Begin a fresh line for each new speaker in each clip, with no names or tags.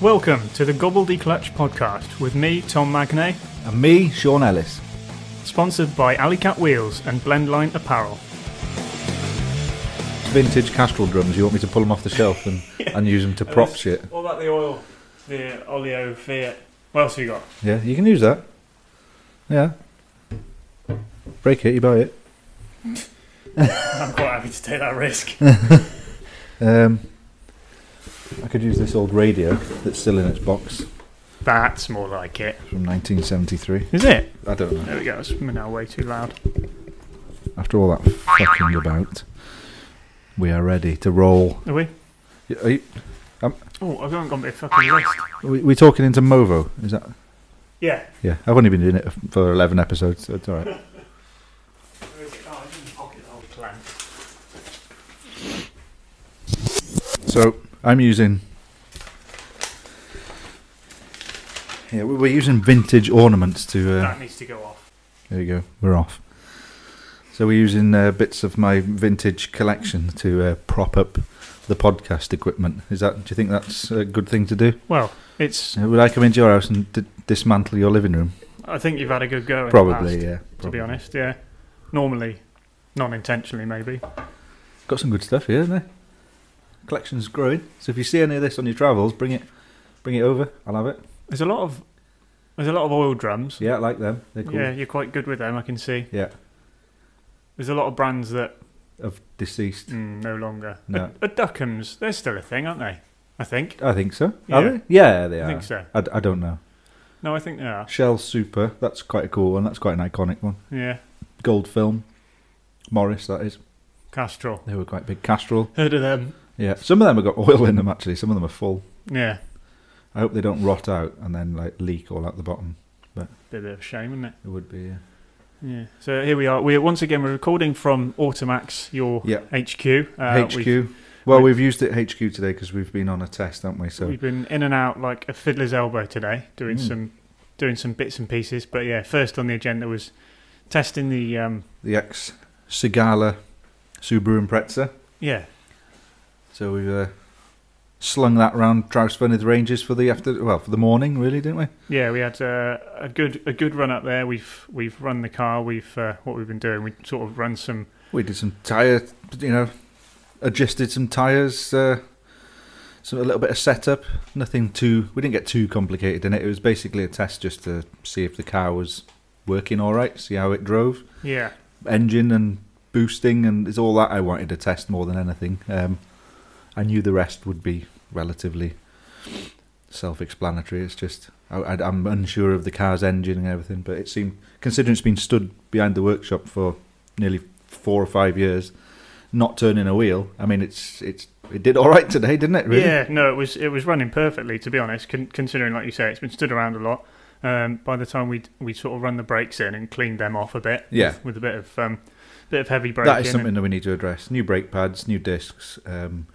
Welcome to the Gobbledy Clutch podcast with me, Tom Magnay,
And me, Sean Ellis.
sponsored by Alley Cat Wheels and Blendline Apparel.
Vintage Castrol drums, you want me to pull them off the shelf and, and use them to prop shit?
What about the oil? The Olio Fiat. What else have you got?
Yeah, you can use that. Yeah. Break it, you buy it.
I'm quite happy to take that risk.
Um, I could use this old radio that's still in its box
That's more like it.
from 1973.
Is it?
I don't know.
There we go. It's now way too loud.
After all that fucking about, we are ready to roll.
Are we?
Y- Are you,
Oh, I haven't got my fucking list.
are we- we're talking into Movo, is that?
Yeah.
Yeah, I've only been doing it for 11 episodes, so it's alright.
Where is it? Oh, it's in the pocket, the whole plan.
So I'm using. Yeah, we- we're using vintage ornaments to. Uh,
That needs to go off.
there you go. We're off. So we're using uh, bits of my vintage collection to uh, prop up the podcast equipment. Is that? Do you think that's a good thing to do?
Well, it's.
Uh, would I come into your house and d- dismantle your living room?
I think you've had a good go. in the
Probably,
past,
yeah.
To
probably.
be honest, yeah. Normally, non intentionally, maybe.
Got some good stuff here, isn't there? Collection's growing. So if you see any of this on your travels, bring it, bring it over. I'll have it.
There's a lot of. There's a lot of oil drums.
Yeah, I like them. They're cool.
Yeah, you're quite good with them, I can see.
Yeah.
There's a lot of brands that
Of deceased.
mm, no longer.
No.
A, a Duckham's, they're still a thing, aren't they? I think.
I think so.
Yeah.
Are they? Yeah, they
I
are.
think so.
I, d- I don't know.
No, I think they are.
Shell Super, that's quite a cool one. That's quite an iconic one.
Yeah.
Gold Film, Morris, that is.
Castrol.
They were quite big. Castrol.
Heard of them.
Yeah, some of them have got oil in them actually. Some of them are full.
Yeah.
I hope they don't rot out and then like leak all out the bottom.
Bit of a shame, isn't it?
It would be. Uh,
Yeah. So here we are. We're once again we're recording from Automax, your
Yeah.
HQ.
HQ.
Uh, We've,
well,
we-
we've used it HQ today because we've been on a test, haven't we? So
we've been in and out like a fiddler's elbow today, doing
Mm.
some doing some bits and pieces. But yeah, first on the agenda was testing the um
the ex Sigala Subaru Impreza.
yeah.
So we've uh, slung that round Trousfurnith Ranges for the after, well, for the morning, really, didn't we?
Yeah, we had uh, a good a good run up there. We've we've run the car. We've uh, what we've been doing. We sort of run some.
We did some tire, you know, adjusted some tires, uh, some a little bit of setup. Nothing too. We didn't get too complicated in it. It was basically a test just to see if the car was working all right, see how it drove,
Yeah,
engine and boosting, and it's all that I wanted to test more than anything. Um, I knew the rest would be relatively self-explanatory. It's just I, I, I'm unsure of the car's engine and everything, but it seemed considering it's been stood behind the workshop for nearly four or five years, not turning a wheel. I mean, it's it's it did all right today, didn't it? Really?
yeah. No, it was it was running perfectly to be honest. Con- considering, like you say, it's been stood around a lot. Um, by the time we we sort of run the brakes in and cleaned them off a bit.
Yeah.
with, with a bit of um, bit of heavy braking.
That is something that we need to address. New brake pads, new discs. Um,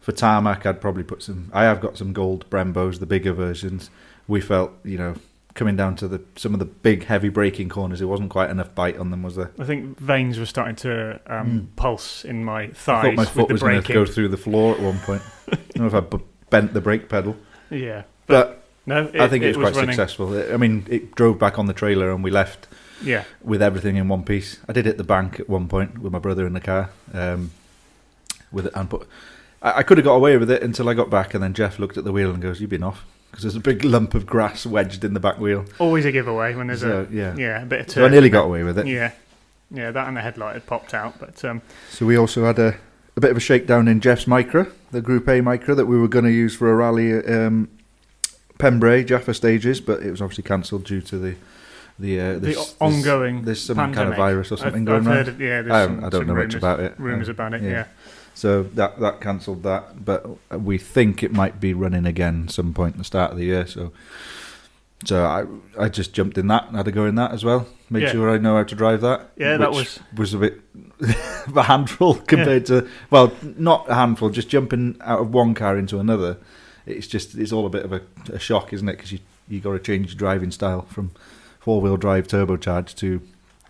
for tarmac, I'd probably put some. I have got some gold Brembos, the bigger versions. We felt, you know, coming down to the some of the big heavy braking corners, it wasn't quite enough bite on them, was there?
I think veins were starting to um, pulse in my
Hmm. I thought
thighs
my foot
with
was
the
going to go
braking.
through the floor at one point. I don't know if I b- bent the brake pedal,
Yeah,
but
no, it,
I think it, was, quite
running.
successful. It- I mean, it drove back on the trailer and we left
Yeah,
with everything in one piece. I did hit the bank at one point with my brother in the car. Um, with it and put, I, I could have got away with it until I got back, and then Jeff looked at the wheel and goes, "You've been off," because there's a big lump of grass wedged in the back wheel.
always a giveaway when there's
So yeah.
a yeah a bit of
so I
turn.
nearly got away with it.
Yeah, yeah, that and the headlight had popped out, but um,
So we also had a, a bit of a shakedown in Jeff's Micra, the Group A Micra that we were going to use for a rally at um, Pembrey Jaffa stages, but it was obviously cancelled due to the the uh,
the
this,
o-
this-
ongoing.
There's some kind
pandemic.
of virus or something
I've,
going
I've
around.
heard it- yeah, there's
I,
some,
haven't- I don't
some
know
rumors,
much about it. um,
Rumors about it. Yeah.
yeah. So that that cancelled that, but we think it might be running again some point at the start of the year. So, so I I just jumped in that and had a go in that as well. Made
Yeah.
sure I know how to drive that.
Yeah, that
which was a bit of a handful compared to well, not a handful. Just jumping out of one car into another, it's just it's all a bit of a, a shock, isn't it? Because you you got to change your driving style from four wheel drive turbocharged to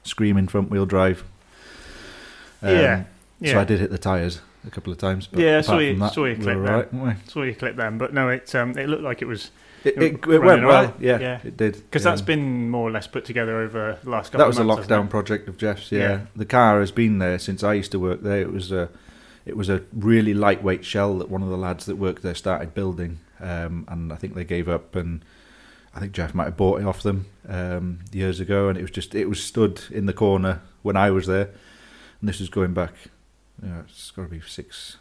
screaming front wheel drive. Um,
Yeah.
So I
Yeah.
did hit the tyres. a couple of times. But
Yeah, I
apart
saw
from
you-
that,
saw you
we
clip
were
there.
all right, weren't
Saw your clip then, but no, it um, it looked like it was
we? It,
It
it,
was
it went
running
well.
well.
Yeah,
Yeah.
it did.
because that's
Um,
been more or less put together over the last couple.
that
of
was a
months, hasn't
lockdown project of Jeff's. Yeah.
Yeah.
the car has been there since I used to work there. It was a, it was a really lightweight shell that one of the lads that worked there started building, um, and I think they gave up, and I think Jeff might have bought it off them um, years ago, and it was just it was stood in the corner when I was there, and this is going back, you know, it's got to be six,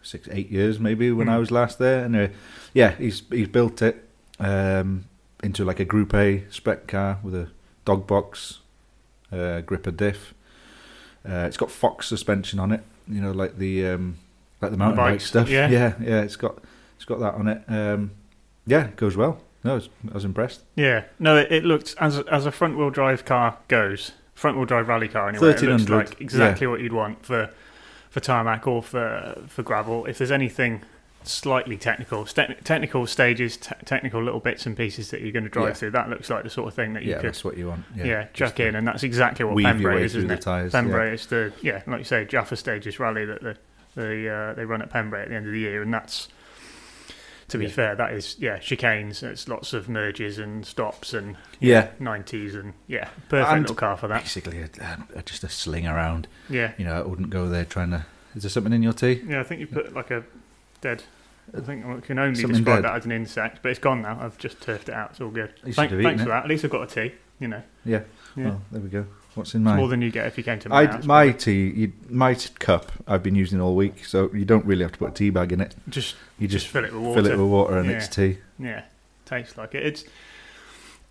six, eight years maybe when
Hmm.
I was last there. Anyway, yeah, he's he's built it um, into like a Group A spec car with a dog box, uh, gripper diff. Uh, it's got Fox suspension on it, you know, like the um, like the mountain bike
bikes,
stuff.
yeah.
yeah, yeah. It's got it's got that on it. Um, yeah, it goes well. No, I was, I was impressed.
Yeah, no, it, it looked as as a front wheel drive car goes, front wheel drive rally car anyway. It looks
1300,
like exactly what you'd want for for tarmac or for for gravel. If there's anything slightly technical, te- technical stages, te- technical little bits and pieces that you're going to drive
Yeah.
through, that looks like the sort of thing that you
Yeah,
could
that's what you want.
yeah,
Yeah,
chuck in, and that's exactly what
Weave your
Pembrey
way
is,
through
isn't
the
it?
tyres. yeah.
Pembrey is the yeah, like you say, Jaffa Stages Rally that the, the uh, they run at Pembrey at the end of the year, and that's to be
Yeah.
fair, that is yeah chicanes. It's lots of merges and stops and
Yeah.
nineties and yeah, perfect
And-
little car for that.
Basically, a, a, just a sling around.
Yeah,
You know, I wouldn't go there trying to. Is there something in your tea?
yeah. I think you put like a dead. I think I can only
Something
describe
dead.
that as an insect, but it's gone now. I've just turfed it out. It's all good.
You should
Thank,
have
thanks
eaten
for that. At least I've got a tea. You know,
Yeah.
Yeah.
Well, Oh, there we go. What's in
it's
mine?
more than you get if you came to my
I,
house.
my tea, you, my t- cup, I've been using all week, so you don't really have to put a tea bag in it.
just
You
just
just,
fill it with water.
fill it with water and
Yeah.
it's tea.
Yeah, tastes like it. It's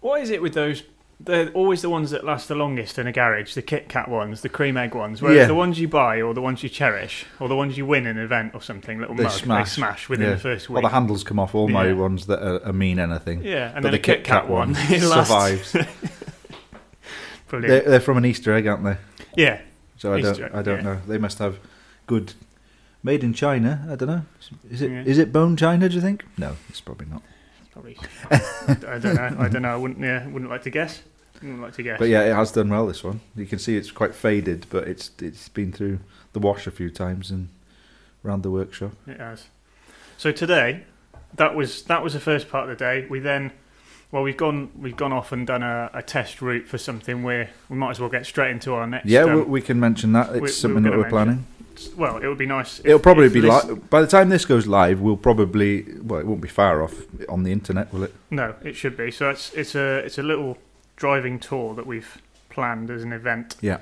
what is it with those? They're always the ones that last the longest in a garage. The Kit Kat ones, the cream egg ones. Whereas
Yeah.
the ones you buy, or the ones you cherish, or the ones you win in an event or something, little
They
mug,
smash.
they smash within
Yeah.
the first
Well,
week.
the handles come off all my
Yeah.
ones that are, are mean anything.
yeah, and
but
then
the
a Kit Kat one, it lasts.
survives. they're,
Brilliant.
they're from an Easter egg, aren't they?
Yeah,
So I don't,
Easter egg,
I don't
yeah.
know. They must have good, made in China. I don't know. Is it is
Yeah.
it bone China? Do you think? No, it's probably not.
probably. I don't know. I don't know. I wouldn't. Yeah, wouldn't like to guess. Wouldn't like to guess.
But yeah, it has done well. This one, you can see it's quite faded, but it's it's been through the wash a few times and round the workshop.
It has. So today, that was that was the first part of the day. We then, well, we've gone we've gone off and done a, a test route for something where we might as well get straight into our next.
Yeah,
um,
we, we can mention that. It's
we- we
something
were
that
gonna
we're planning.
well, it would be nice. if-
It'll probably
if
be
lis-
live. By the time this goes live, we'll probably well, it won't be far off on the internet, will it?
No, it should be. So it's it's a it's a little driving tour that we've planned as an event.
Yeah.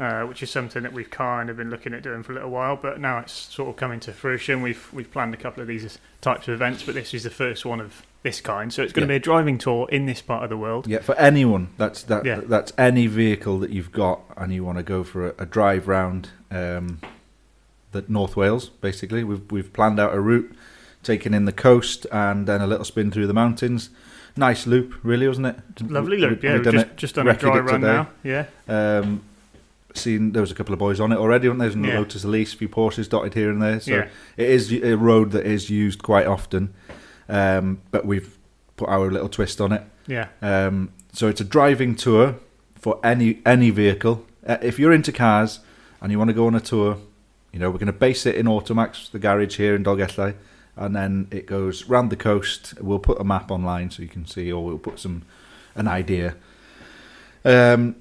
Uh, which is something that we've kind of been looking at doing for a little while, but now it's sort of coming to fruition. We've we've planned a couple of these types of events, but this is the first one of this kind. So it's going to
Yeah.
be a driving tour in this part of the world.
Yeah, for anyone. That's that.
Yeah.
That's any vehicle that you've got and you want to go for a, a drive round. Um, the North Wales, basically, we've we've planned out a route, taken in the coast and then a little spin through the mountains. Nice loop, really, wasn't it?
Lovely
We-
loop,
we-
yeah.
we've
We've
done
just, just done a
Recorded
dry
it
run
today.
now. Yeah,
it. Um, seen there was a couple of boys on it already, weren't there? There's a
Yeah.
Lotus Elise, a few Porsches dotted here and there. So
yeah.
It is a road that is used quite often, um, but we've put our little twist on it.
Yeah,
Um, so it's a driving tour for any any vehicle. Uh, if you're into cars and you want to go on a tour, you know we're going to base it in Automax, the garage here in Dolgellau, and then it goes round the coast. We'll put a map online so you can see, or we'll put some an idea. Um,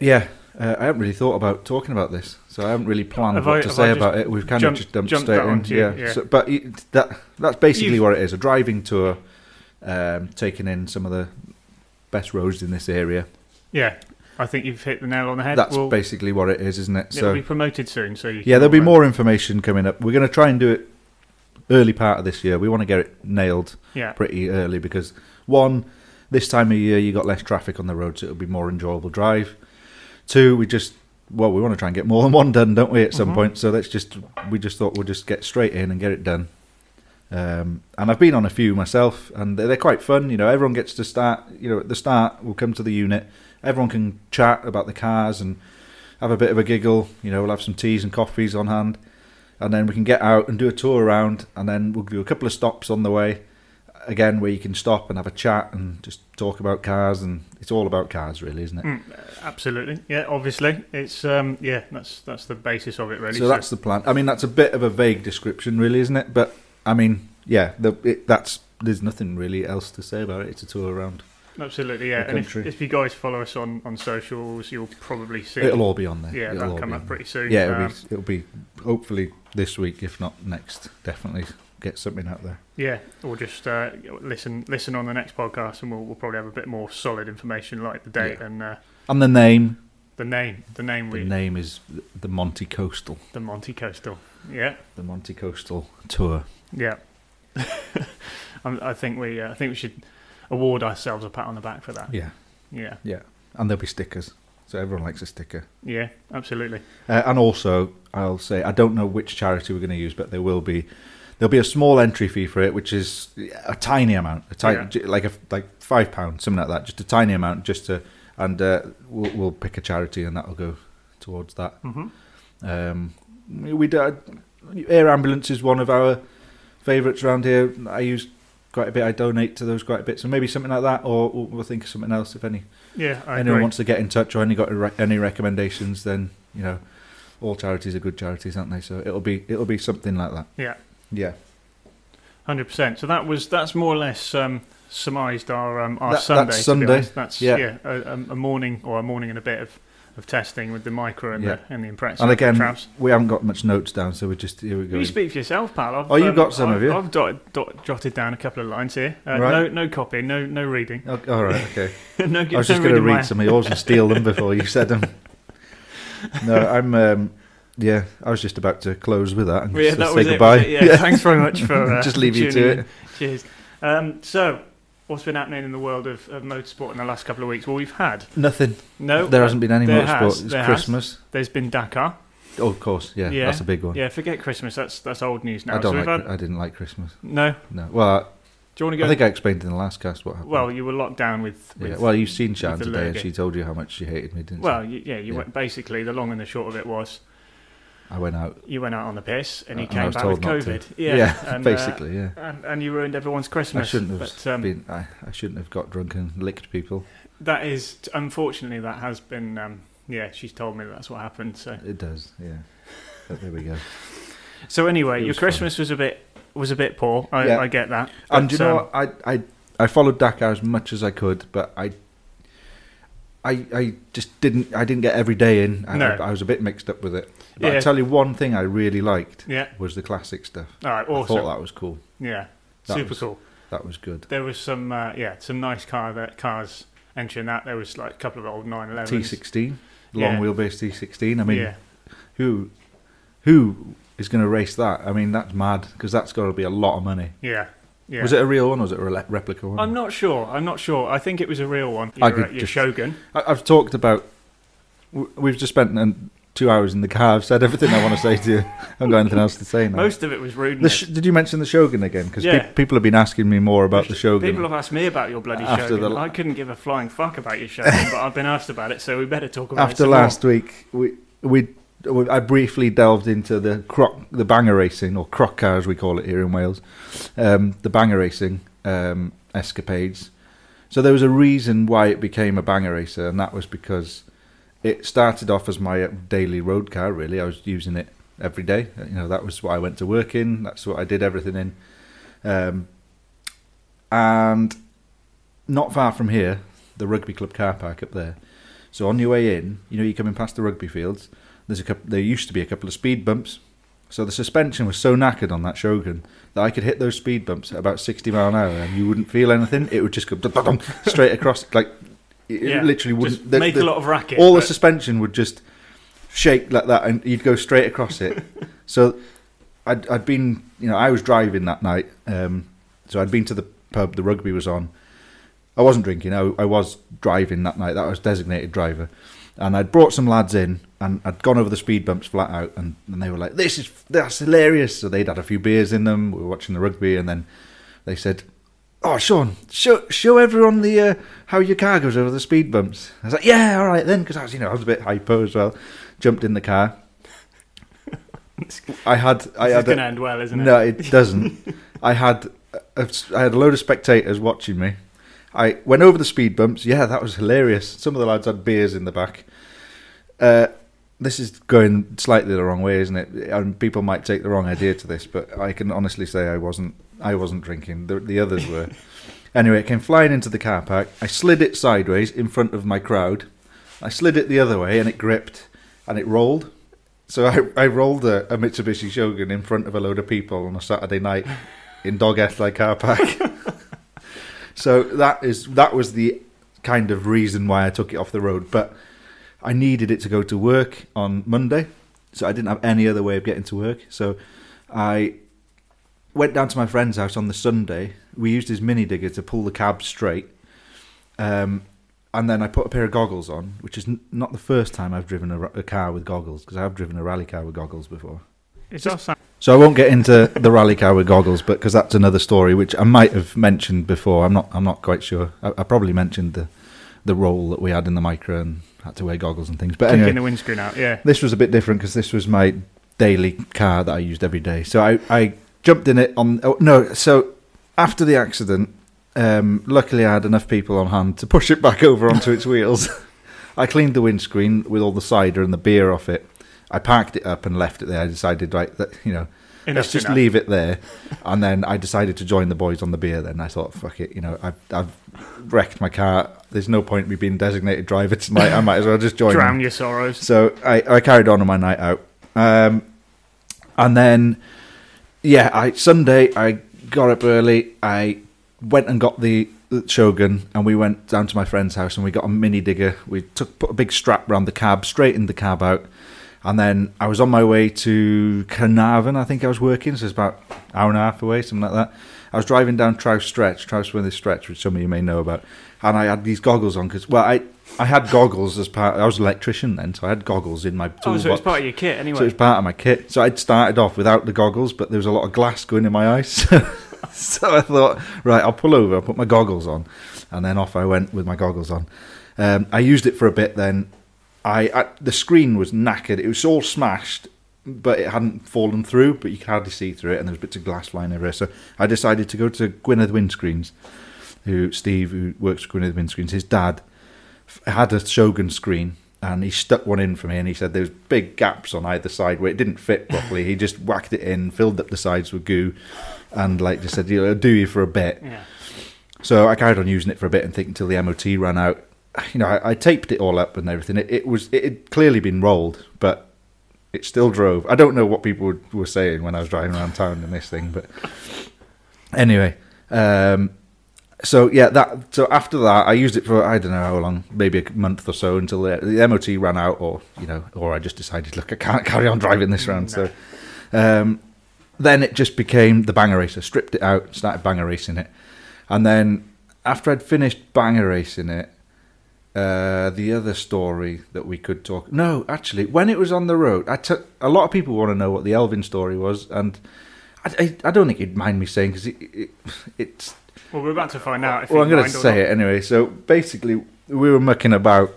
yeah. Uh, I haven't really thought about talking about this, so I haven't really planned
Have
what
I-
to
have
say
I
about it. We've kind
jumped-
of just dumped,
jumped
straight
that
in.
onto you,
Yeah.
yeah.
So, but it, that that's basically
You've-
what it is: a driving tour, um, taking in some of the best roads in this area.
yeah. I think you've hit the nail on the head.
That's
We'll-
basically what it is, isn't it?
it'll
So
be promoted soon. So you
yeah,
can
there'll be
all-
more information coming up. We're going to try and do it early part of this year. We want to get it nailed
Yeah,
pretty early because one, this time of year you got less traffic on the road, so it'll be more enjoyable drive. Two, we just well, we want to try and get more than one done, don't we? At some
Mhm.
point, so let's just we just thought we'll just get straight in and get it done. Um, and I've been on a few myself, and they're, they're quite fun. You know, everyone gets to start. You know, at the start, we'll come to the unit. Everyone can chat about the cars and have a bit of a giggle. You know, we'll have some teas and coffees on hand, and then we can get out and do a tour around, and then we'll do a couple of stops on the way, again where you can stop and have a chat and just talk about cars and it's all about cars really isn't it
Mm, absolutely. Yeah, obviously. It's um yeah, that's that's the basis of it really.
so that's the plan i mean that's a bit of a vague description really isn't it but i mean yeah the, it, that's there's nothing really else to say about it it's a tour around
absolutely, yeah.
the
And if,
country.
if you guys follow us on on socials, you'll probably see
it'll all be on there
yeah,
it'll
that'll
all
come
be
up
on
pretty
there.
soon.
yeah it'll,
Um,
be, it'll be hopefully this week if not next definitely get something out there
Yeah, or just uh, listen listen on the next podcast, and we'll, we'll probably have a bit more solid information, like the date
Yeah.
and uh,
and the name
the name. The name
the
we
name is the monte coastal
the Monte Coastal. Yeah,
the monte coastal tour
yeah. I, I think we uh, I think we should award ourselves a pat on the back for that.
yeah
Yeah,
and there'll be stickers so everyone likes a sticker
yeah, absolutely.
Uh, and also, I'll say I don't know which charity we're going to use, but there will be there'll be a small entry fee for it, which is a tiny amount, a tiny
Yeah.
j like a, like five pounds, something like that, just a tiny amount, just to and uh, we'll, we'll pick a charity and that'll go towards that.
hmm
Um, we do, air ambulance is one of our favourites around here. I use quite a bit. I donate to those quite a bit, so maybe something like that, or we'll, we'll think of something else if any
Yeah, I
anyone
agree.
wants to get in touch or any got re- any recommendations, then you know, all charities are good charities, aren't they? So it'll be it'll be something like that.
Yeah.
yeah.
Hundred percent. So that was that's more or less um, summarised our um, our
That- that's
Sunday. to be
Sunday.
honest. That's
Yeah.
yeah, a, a a morning or a morning and a bit of, of testing with the micro and the and the impressive
And again,
traps.
we haven't got much notes down, so we're just here we go.
You speak for yourself, pal. I've, um,
Oh, you've got some,
I've,
have you?
I've dotted, dot, jotted down a couple of lines here. Uh,
Right.
No, no copying, no, no reading.
Okay, Oh, all right, okay.
no,
I was just going to read some of yours and steal them before you said them. No, I'm. Um, yeah, I was just about to close with that and
Yeah,
just
that
say
was it.
goodbye.
was it? Yeah, thanks very much for uh,
just leave you to
tuning
it.
in. Cheers. Um, so, what's been happening in the world of, of motorsport in the last couple of weeks? Well, we've had
Nothing.
no.
there hasn't been any
there
motorsport.
has,
it's
there has.
Christmas.
There's been Dakar.
Oh, of course. Yeah,
Yeah,
that's a big one.
Yeah, forget Christmas. That's that's old news now.
Oh. I don't
so we've
like.
had,
I didn't like Christmas.
no.
No. Well,
Do you want to
I
go?
think I explained in the last cast what happened.
well, you were locked down with. with
yeah. well, you've seen
with
Sharon
the
today, and
lurgy.
she told you how much she hated me, didn't
well,
she?
you, yeah. You
Yeah.
went basically the long and the short of it was
I went out.
you went out on the piss and you
Uh, and I
came
was
back with
told not
COVID. Yeah, and, uh,
basically, yeah.
and, and you ruined everyone's Christmas.
I shouldn't have
But um,
Been, I, I shouldn't have got drunk and licked people.
that is, unfortunately, that has been. Um, yeah, she's told me that's what happened. So,
It does, yeah. But there we go.
so anyway,
It
your
was
Christmas was a bit was a bit poor. I,
Yeah.
I get that.
and do you
But,
know,
um,
what? I, I I followed Dakar as much as I could, but I. I, I just didn't I didn't get every day in. I,
No.
I, was a bit mixed up with it. But I
Yeah.
tell you one thing I really liked
Yeah.
was the classic stuff.
All right.
I thought
Awesome.
that was cool.
Yeah.
That
Super
was-
cool.
That was good.
There was some uh, yeah some nice car that cars entering that. There was like a couple of old 911s.
T16 long
Yeah.
wheelbase T16. I mean,
yeah.
who who is going to race that? I mean, that's mad because that's got to be a lot of money.
Yeah. Yeah. Oh,
Was it a real one or was it a re- replica one?
I'm not sure. I'm not sure. I think it was a real one.
I
Your,
could
uh, your
just-
Shogun.
I, I've talked about. w- We've just spent um, two hours in the car. I've said everything I want to say to you. I've got anything else to say now.
Most of it was rudeness.
the sh- did you mention the Shogun again? Because
Yeah.
people have been asking me more about the Shogun.
People have asked me about your bloody
After
Shogun.
the-
I couldn't give a flying fuck about your Shogun, but I've been asked about it, so we better talk about it.
After
some
last week, we we. we- I briefly delved into the croc, the banger racing, or croc car as we call it here in Wales, um, the banger racing um, escapades. So there was a reason why it became a banger racer, and that was because it started off as my daily road car. Really, I was using it every day. You know, that was what I went to work in. That's what I did everything in. Um, and not far from here, the rugby club car park up there. So on your way in, you know you're coming past the rugby fields. There's a couple, there used to be a couple of speed bumps. So the suspension was so knackered on that Shogun that I could hit those speed bumps at about 60 mile an hour and you wouldn't feel anything. It would just go dum, dum, dum, straight across. Like it
more. Yeah.
literally wouldn't.
Just
the-
make
the-
a lot of racket.
all the
but
suspension would just shake like that, and you'd go straight across it. so I'd, I'd been, you know, I was driving that night, um, so I'd been to the pub. The rugby was on. I wasn't drinking. I, I was driving that night. That was designated driver, and I'd brought some lads in, and I'd gone over the speed bumps flat out, and, and they were like, "This is that's hilarious." So they'd had a few beers in them. We were watching the rugby, and then they said, "Oh, Sean, show show everyone the uh, how your car goes over the speed bumps." I was like, "Yeah, all right then," because I was you know I was a bit hypo as well. Jumped in the car. I had
this
I
is
had
going to end well, isn't it?
no, it doesn't. I had I had a load of spectators watching me. I went over the speed bumps. Yeah, that was hilarious. Some of the lads had beers in the back. Uh, this is going slightly the wrong way, isn't it? And people might take the wrong idea to this, but I can honestly say I wasn't. I wasn't drinking. The, the others were. anyway, it came flying into the car park. I slid it sideways in front of my crowd. I slid it the other way, and it gripped, and it rolled. So I, I rolled a, a Mitsubishi Shogun in front of a load of people on a Saturday night in Dog Athlete car park. so that is that was the kind of reason why I took it off the road. But I needed it to go to work on Monday, so I didn't have any other way of getting to work. So I went down to my friend's house on the Sunday. We used his mini digger to pull the cab straight. Um, and then I put a pair of goggles on, which is n- not the first time I've driven a, ra- a car with goggles, because I have driven a rally car with goggles before.
It does sound
So I won't get into the rally car with goggles, but because that's another story which I might have mentioned before. I'm not. I'm not quite sure. I, I probably mentioned the the role that we had in the micro and had to wear goggles and things. But
kicking
anyway,
the windscreen out. Yeah,
this was a bit different because this was my daily car that I used every day. So I, I jumped in it on. Oh, no, so after the accident, um, luckily I had enough people on hand to push it back over onto its wheels. I cleaned the windscreen with all the cider and the beer off it. I parked it up and left it there. I decided, right, that, you know,
Enough's
let's just
enough.
leave it there. And then I decided to join the boys on the beer. Then I thought, fuck it, you know, I've, I've wrecked my car. There's no point me being designated driver tonight. I might as well just join. them.
Drown your sorrows.
So I, I carried on on my night out. Um, and then, yeah, I Sunday I got up early. I went and got the Shogun, and we went down to my friend's house, and we got a mini digger. We took put a big strap round the cab, straightened the cab out, and then I was on my way to Carnarvon. I think I was working, so it's about an hour and a half away, something like that. I was driving down Trouse Stretch, Trouse Withers Stretch, which some of you may know about, and I had these goggles on because well, I I had goggles as part. I was an electrician then, so I had goggles in my
Oh,
toolbox.
so it's part of your kit
So it
anyway.
was part of my kit. So I'd started off without the goggles, but there was a lot of glass going in my eyes. so I thought, right, I'll pull over, I'll put my goggles on. And then off I went with my goggles on. Um, I used it for a bit then. I, I The screen was knackered. It was all smashed, but it hadn't fallen through, but you could hardly see through it. And there was bits of glass flying everywhere. So I decided to go to Gwynedd Windscreens, who Steve, who works for Gwynedd Windscreens, his dad f- had a Shogun screen and he stuck one in for me and he said there was big gaps on either side where it didn't fit properly. he just whacked it in, filled up the sides with goo and like just said, you know, it'll do you for a bit.
yeah.
So I carried on using it for a bit and think until the MOT ran out. You know, I, I taped it all up and everything. It, it was it had clearly been rolled, but it still drove. I don't know what people were, were saying when I was driving around town in this thing, but anyway, um, so yeah, that so after that I used it for I don't know how long, maybe a month or so until the, the MOT ran out, or you know, or I just decided, look, I can't carry on driving this round, so. Um, then it just became the banger racer. Stripped it out, started banger racing it, and then after I'd finished banger racing it, uh, the other story that we could talk. No, actually, when it was on the road, I took a lot of people want to know what the Elvin story was, and I, I, I don't think you'd mind me saying because it, it, it's
Well, we're about to find out. If
well, I'm
going
to say it anyway. So basically, we were mucking about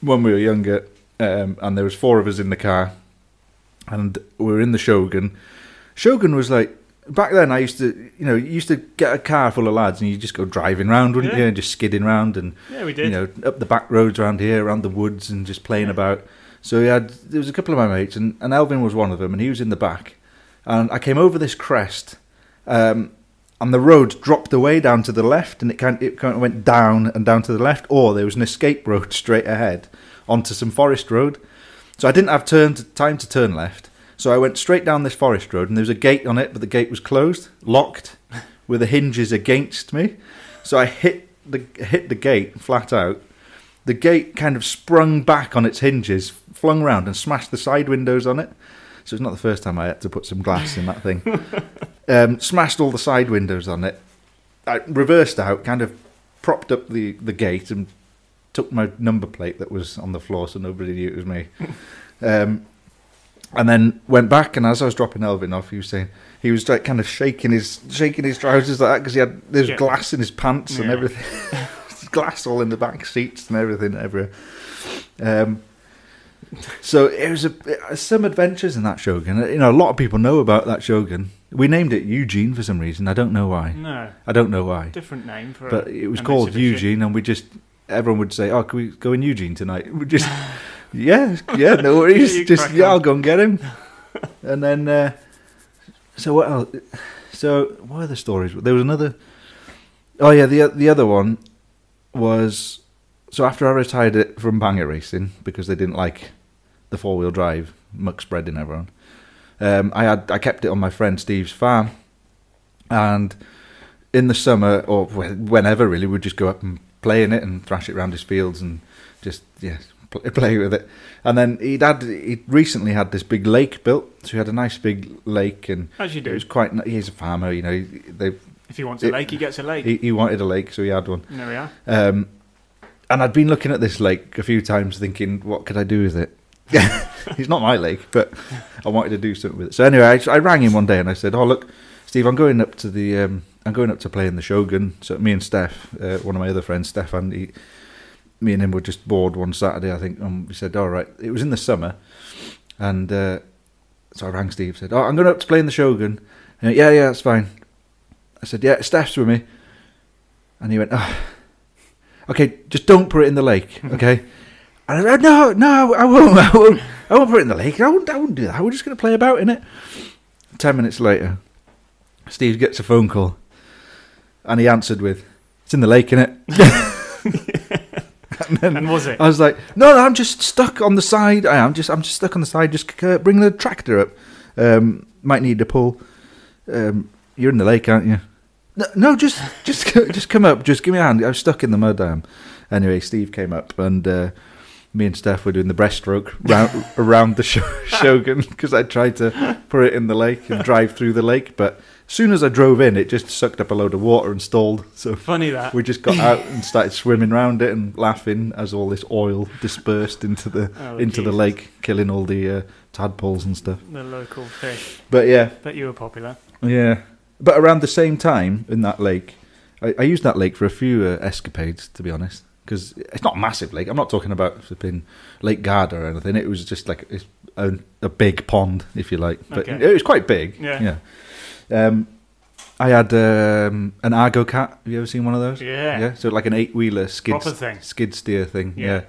when we were younger, um, and there was four of us in the car, and we were in the Shogun. Shogun was like back then. I used to, you know, you used to get a car full of lads, and you just go driving round, wouldn't
Yeah.
you, and just skidding round and
Yeah, we did.
you know, up the back roads around here, around the woods, and just playing about. So we had there was a couple of my mates, and, and Elvin was one of them, and he was in the back. And I came over this crest, um, and the road dropped away down to the left, and it kind it kind of went down and down to the left, or there was an escape road straight ahead onto some forest road. So I didn't have turn to, time to turn left. So I went straight down this forest road, and there was a gate on it, but the gate was closed, locked, with the hinges against me. So I hit the hit the gate flat out. The gate kind of sprung back on its hinges, flung round, and smashed the side windows on it. So it's not the first time I had to put some glass in that thing. um, smashed all the side windows on it. I reversed out, kind of propped up the, the gate, and took my number plate that was on the floor, so nobody knew it was me. Um, and then went back, and as I was dropping Elvin off, he was saying he was like kind of shaking his shaking his trousers like that because he had there's
Yeah.
glass in his pants and
Yeah.
everything, glass all in the back seats and everything everywhere. Um, So it was a, uh, some adventures in that Shogun. You know, a lot of people know about that Shogun. We named it Eugene for some reason. I don't know why.
No,
I don't know why.
different name for.
But
a,
it was
an
called
exhibition.
Eugene, and we just everyone would say, "Oh, can we go in Eugene tonight?" We just, yeah, yeah, no worries.
Yeah, you
just
crack
yeah,
on.
I'll go and get him. and then, uh, so what else? So what other stories? There was another. Oh yeah, the the other one was so after I retired it from banger racing because they didn't like the four wheel drive muck spreading everyone. Um, I had I kept it on my friend Steve's farm, and in the summer or wh- whenever really, we'd just go up and play in it and thrash it around his fields and just yeah pl- play with it. And then he'd had he recently had this big lake built, so he had a nice big lake and
As you
it
do.
was quite. ni- He's a farmer, you know. he- They
If he wants a
it-
lake, he gets a lake.
he, he wanted a lake, so he had one.
there we are.
Um, and I'd been looking at this lake a few times, thinking, what could I do with it? It's not my lake, but I wanted to do something with it. So anyway, I, I rang him one day and I said, "Oh look, Steve, I'm going up to the, um, I'm going up to play in the Shogun." So me and Steph, uh, one of my other friends, Stefan, he, me and him were just bored one Saturday, I think, and we said, "All right," it was in the summer, and uh, so I rang Steve, said, "Oh, I'm going up to play in the Shogun." And he went, yeah, yeah, that's fine. I said, "Yeah, Steph's with me," and he went, "Ah, okay, just don't put it in the lake, okay? And I said, no, no, I won't, I won't, I won't put it in the lake. I won't, I won't do that. We're just going to play about in it. Ten minutes later, Steve gets a phone call, and he answered with, "It's in the lake, innit?" and then
And was it?
I was like, no, no, I'm just stuck on the side. I am just, I'm just stuck on the side. Just uh, bring the tractor up. Um, might need a pull. Um, you're in the lake, aren't you? No, no, just, just, co- just come up. Just give me a hand. I'm stuck in the mud. I am. Anyway, Steve came up and. Uh, me and Steph were doing the breaststroke round, around the sho- Shogun because I tried to put it in the lake and drive through the lake. But as soon as I drove in, it just sucked up a load of water and stalled. So
Funny that.
we just got out and started swimming round it and laughing as all this oil dispersed into the
Oh,
into the
Jesus.
lake, killing all the uh, tadpoles and stuff.
The local fish.
But yeah,
Bet you were popular.
yeah. But around the same time in that lake, I, I used that lake for a few uh, escapades, to be honest, because it's not a massive lake. I'm not talking about flipping Lake Garda or anything. It was just like it's a, a big pond, if you like. But
Okay.
it was quite big.
Yeah.
Yeah. Um, I had um, an Argo cat. Have you ever seen one of those?
Yeah.
Yeah, so like an eight wheeler skid
Proper thing.
skid steer thing. Yeah.
Yeah.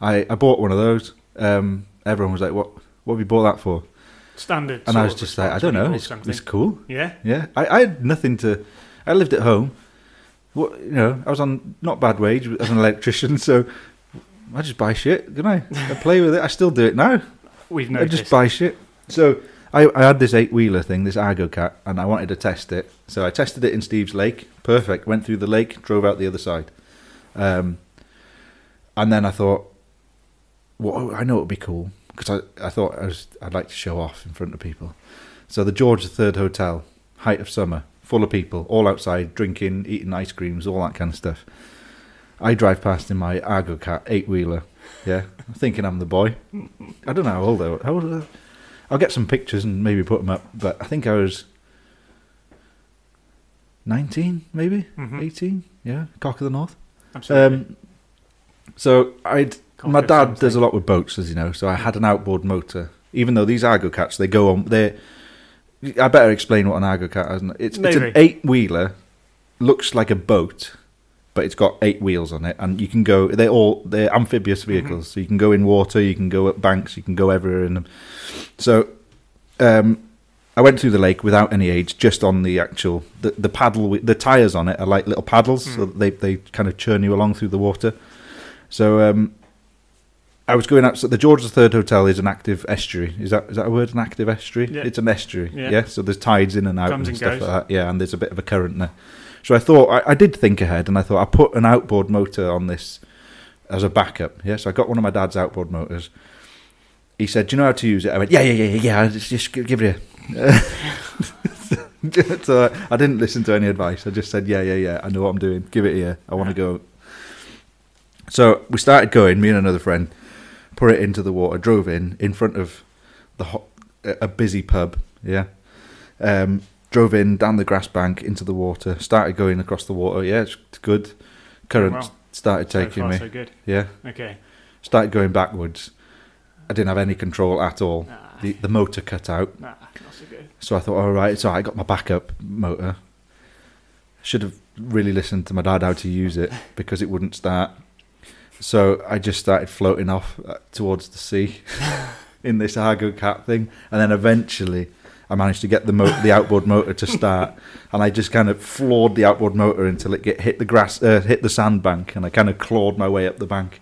I, I bought one of those. Um, everyone was like, "What? What have you bought that for?"
Standard.
And
sort
I was
of
just like, "I
response
don't
when you
know.
bought
It's,
something.
it's cool."
Yeah.
Yeah, I, I had nothing to. I lived at home. What you know, I was on not bad wage as an electrician, so I just buy shit, didn't I? I play with it. I still do it now.
We've
I
noticed.
just buy shit. So I, I had this eight wheeler thing, this Argo Cat, and I wanted to test it. So I tested it in Steve's lake. Perfect. Went through the lake, drove out the other side. Um, and then I thought, well, I know it would be cool because I, I thought I was, I'd like to show off in front of people. So the George III Hotel, height of summer, full of people, all outside, drinking, eating ice creams, all that kind of stuff. I drive past in my Argo Cat eight wheeler, yeah, thinking I'm the boy. I don't know how old I was. How old was I? I'll get some pictures and maybe put them up. But I think I was nineteen, maybe
Mhm.
eighteen. Yeah, cock of the north.
Absolutely.
Um, so I'd
Cock
my
of
dad
something.
does a lot with boats, as you know. So I had an outboard motor. Even though these Argo cats, they go on. They, I better explain what an Argo cat is. isn't it? It's, it's an
Maybe.
eight wheeler, looks like a boat, but it's got eight wheels on it, and you can go. They're all they're
Mm-hmm.
amphibious vehicles, so you can go in water, you can go up banks, you can go everywhere in them. So, um, I went through the lake without any aids, just on the actual the, the paddle. wi- The tires on it are like little paddles, so
Mm.
they they kind of churn you along through the water. So um, I was going out. So the George III Hotel is an active estuary. Is that is that a word? An active estuary?
Yeah.
It's an estuary.
Yeah.
So there's tides in and out
Comes
and
and
stuff
goes.
like that. Yeah, and there's a bit of a current there. So I thought I, I did think ahead, and I thought I put an outboard motor on this as a backup. Yeah, so I got one of my dad's outboard motors. He said, "Do you know how to use it?" I went, "Yeah, yeah, yeah, yeah, yeah. Just, just give it here." so I didn't listen to any advice. I just said, "Yeah, yeah, yeah. I know what I'm doing. Give it here. I want to go." So we started going. Me and another friend put it into the water. Drove in in front of the hot, a a busy pub. Yeah. Um, drove in down the grass bank into the water. Started going across the water. Yeah, it's good. Current
Wow.
started
So
taking
far,
me.
So good.
Yeah
Okay.
started going backwards. I didn't have any control at all.
Nah,
The, the motor cut out,
nah, not so good.
so I thought, all right, it's all right. I got my backup motor. Should have really listened to my dad how to use it because it wouldn't start. So I just started floating off uh, towards the sea in this Argo Cat thing, and then eventually I managed to get the mo- the outboard motor to start, and I just kind of floored the outboard motor until it get hit the grass, uh, hit the sandbank, and I kind of clawed my way up the bank,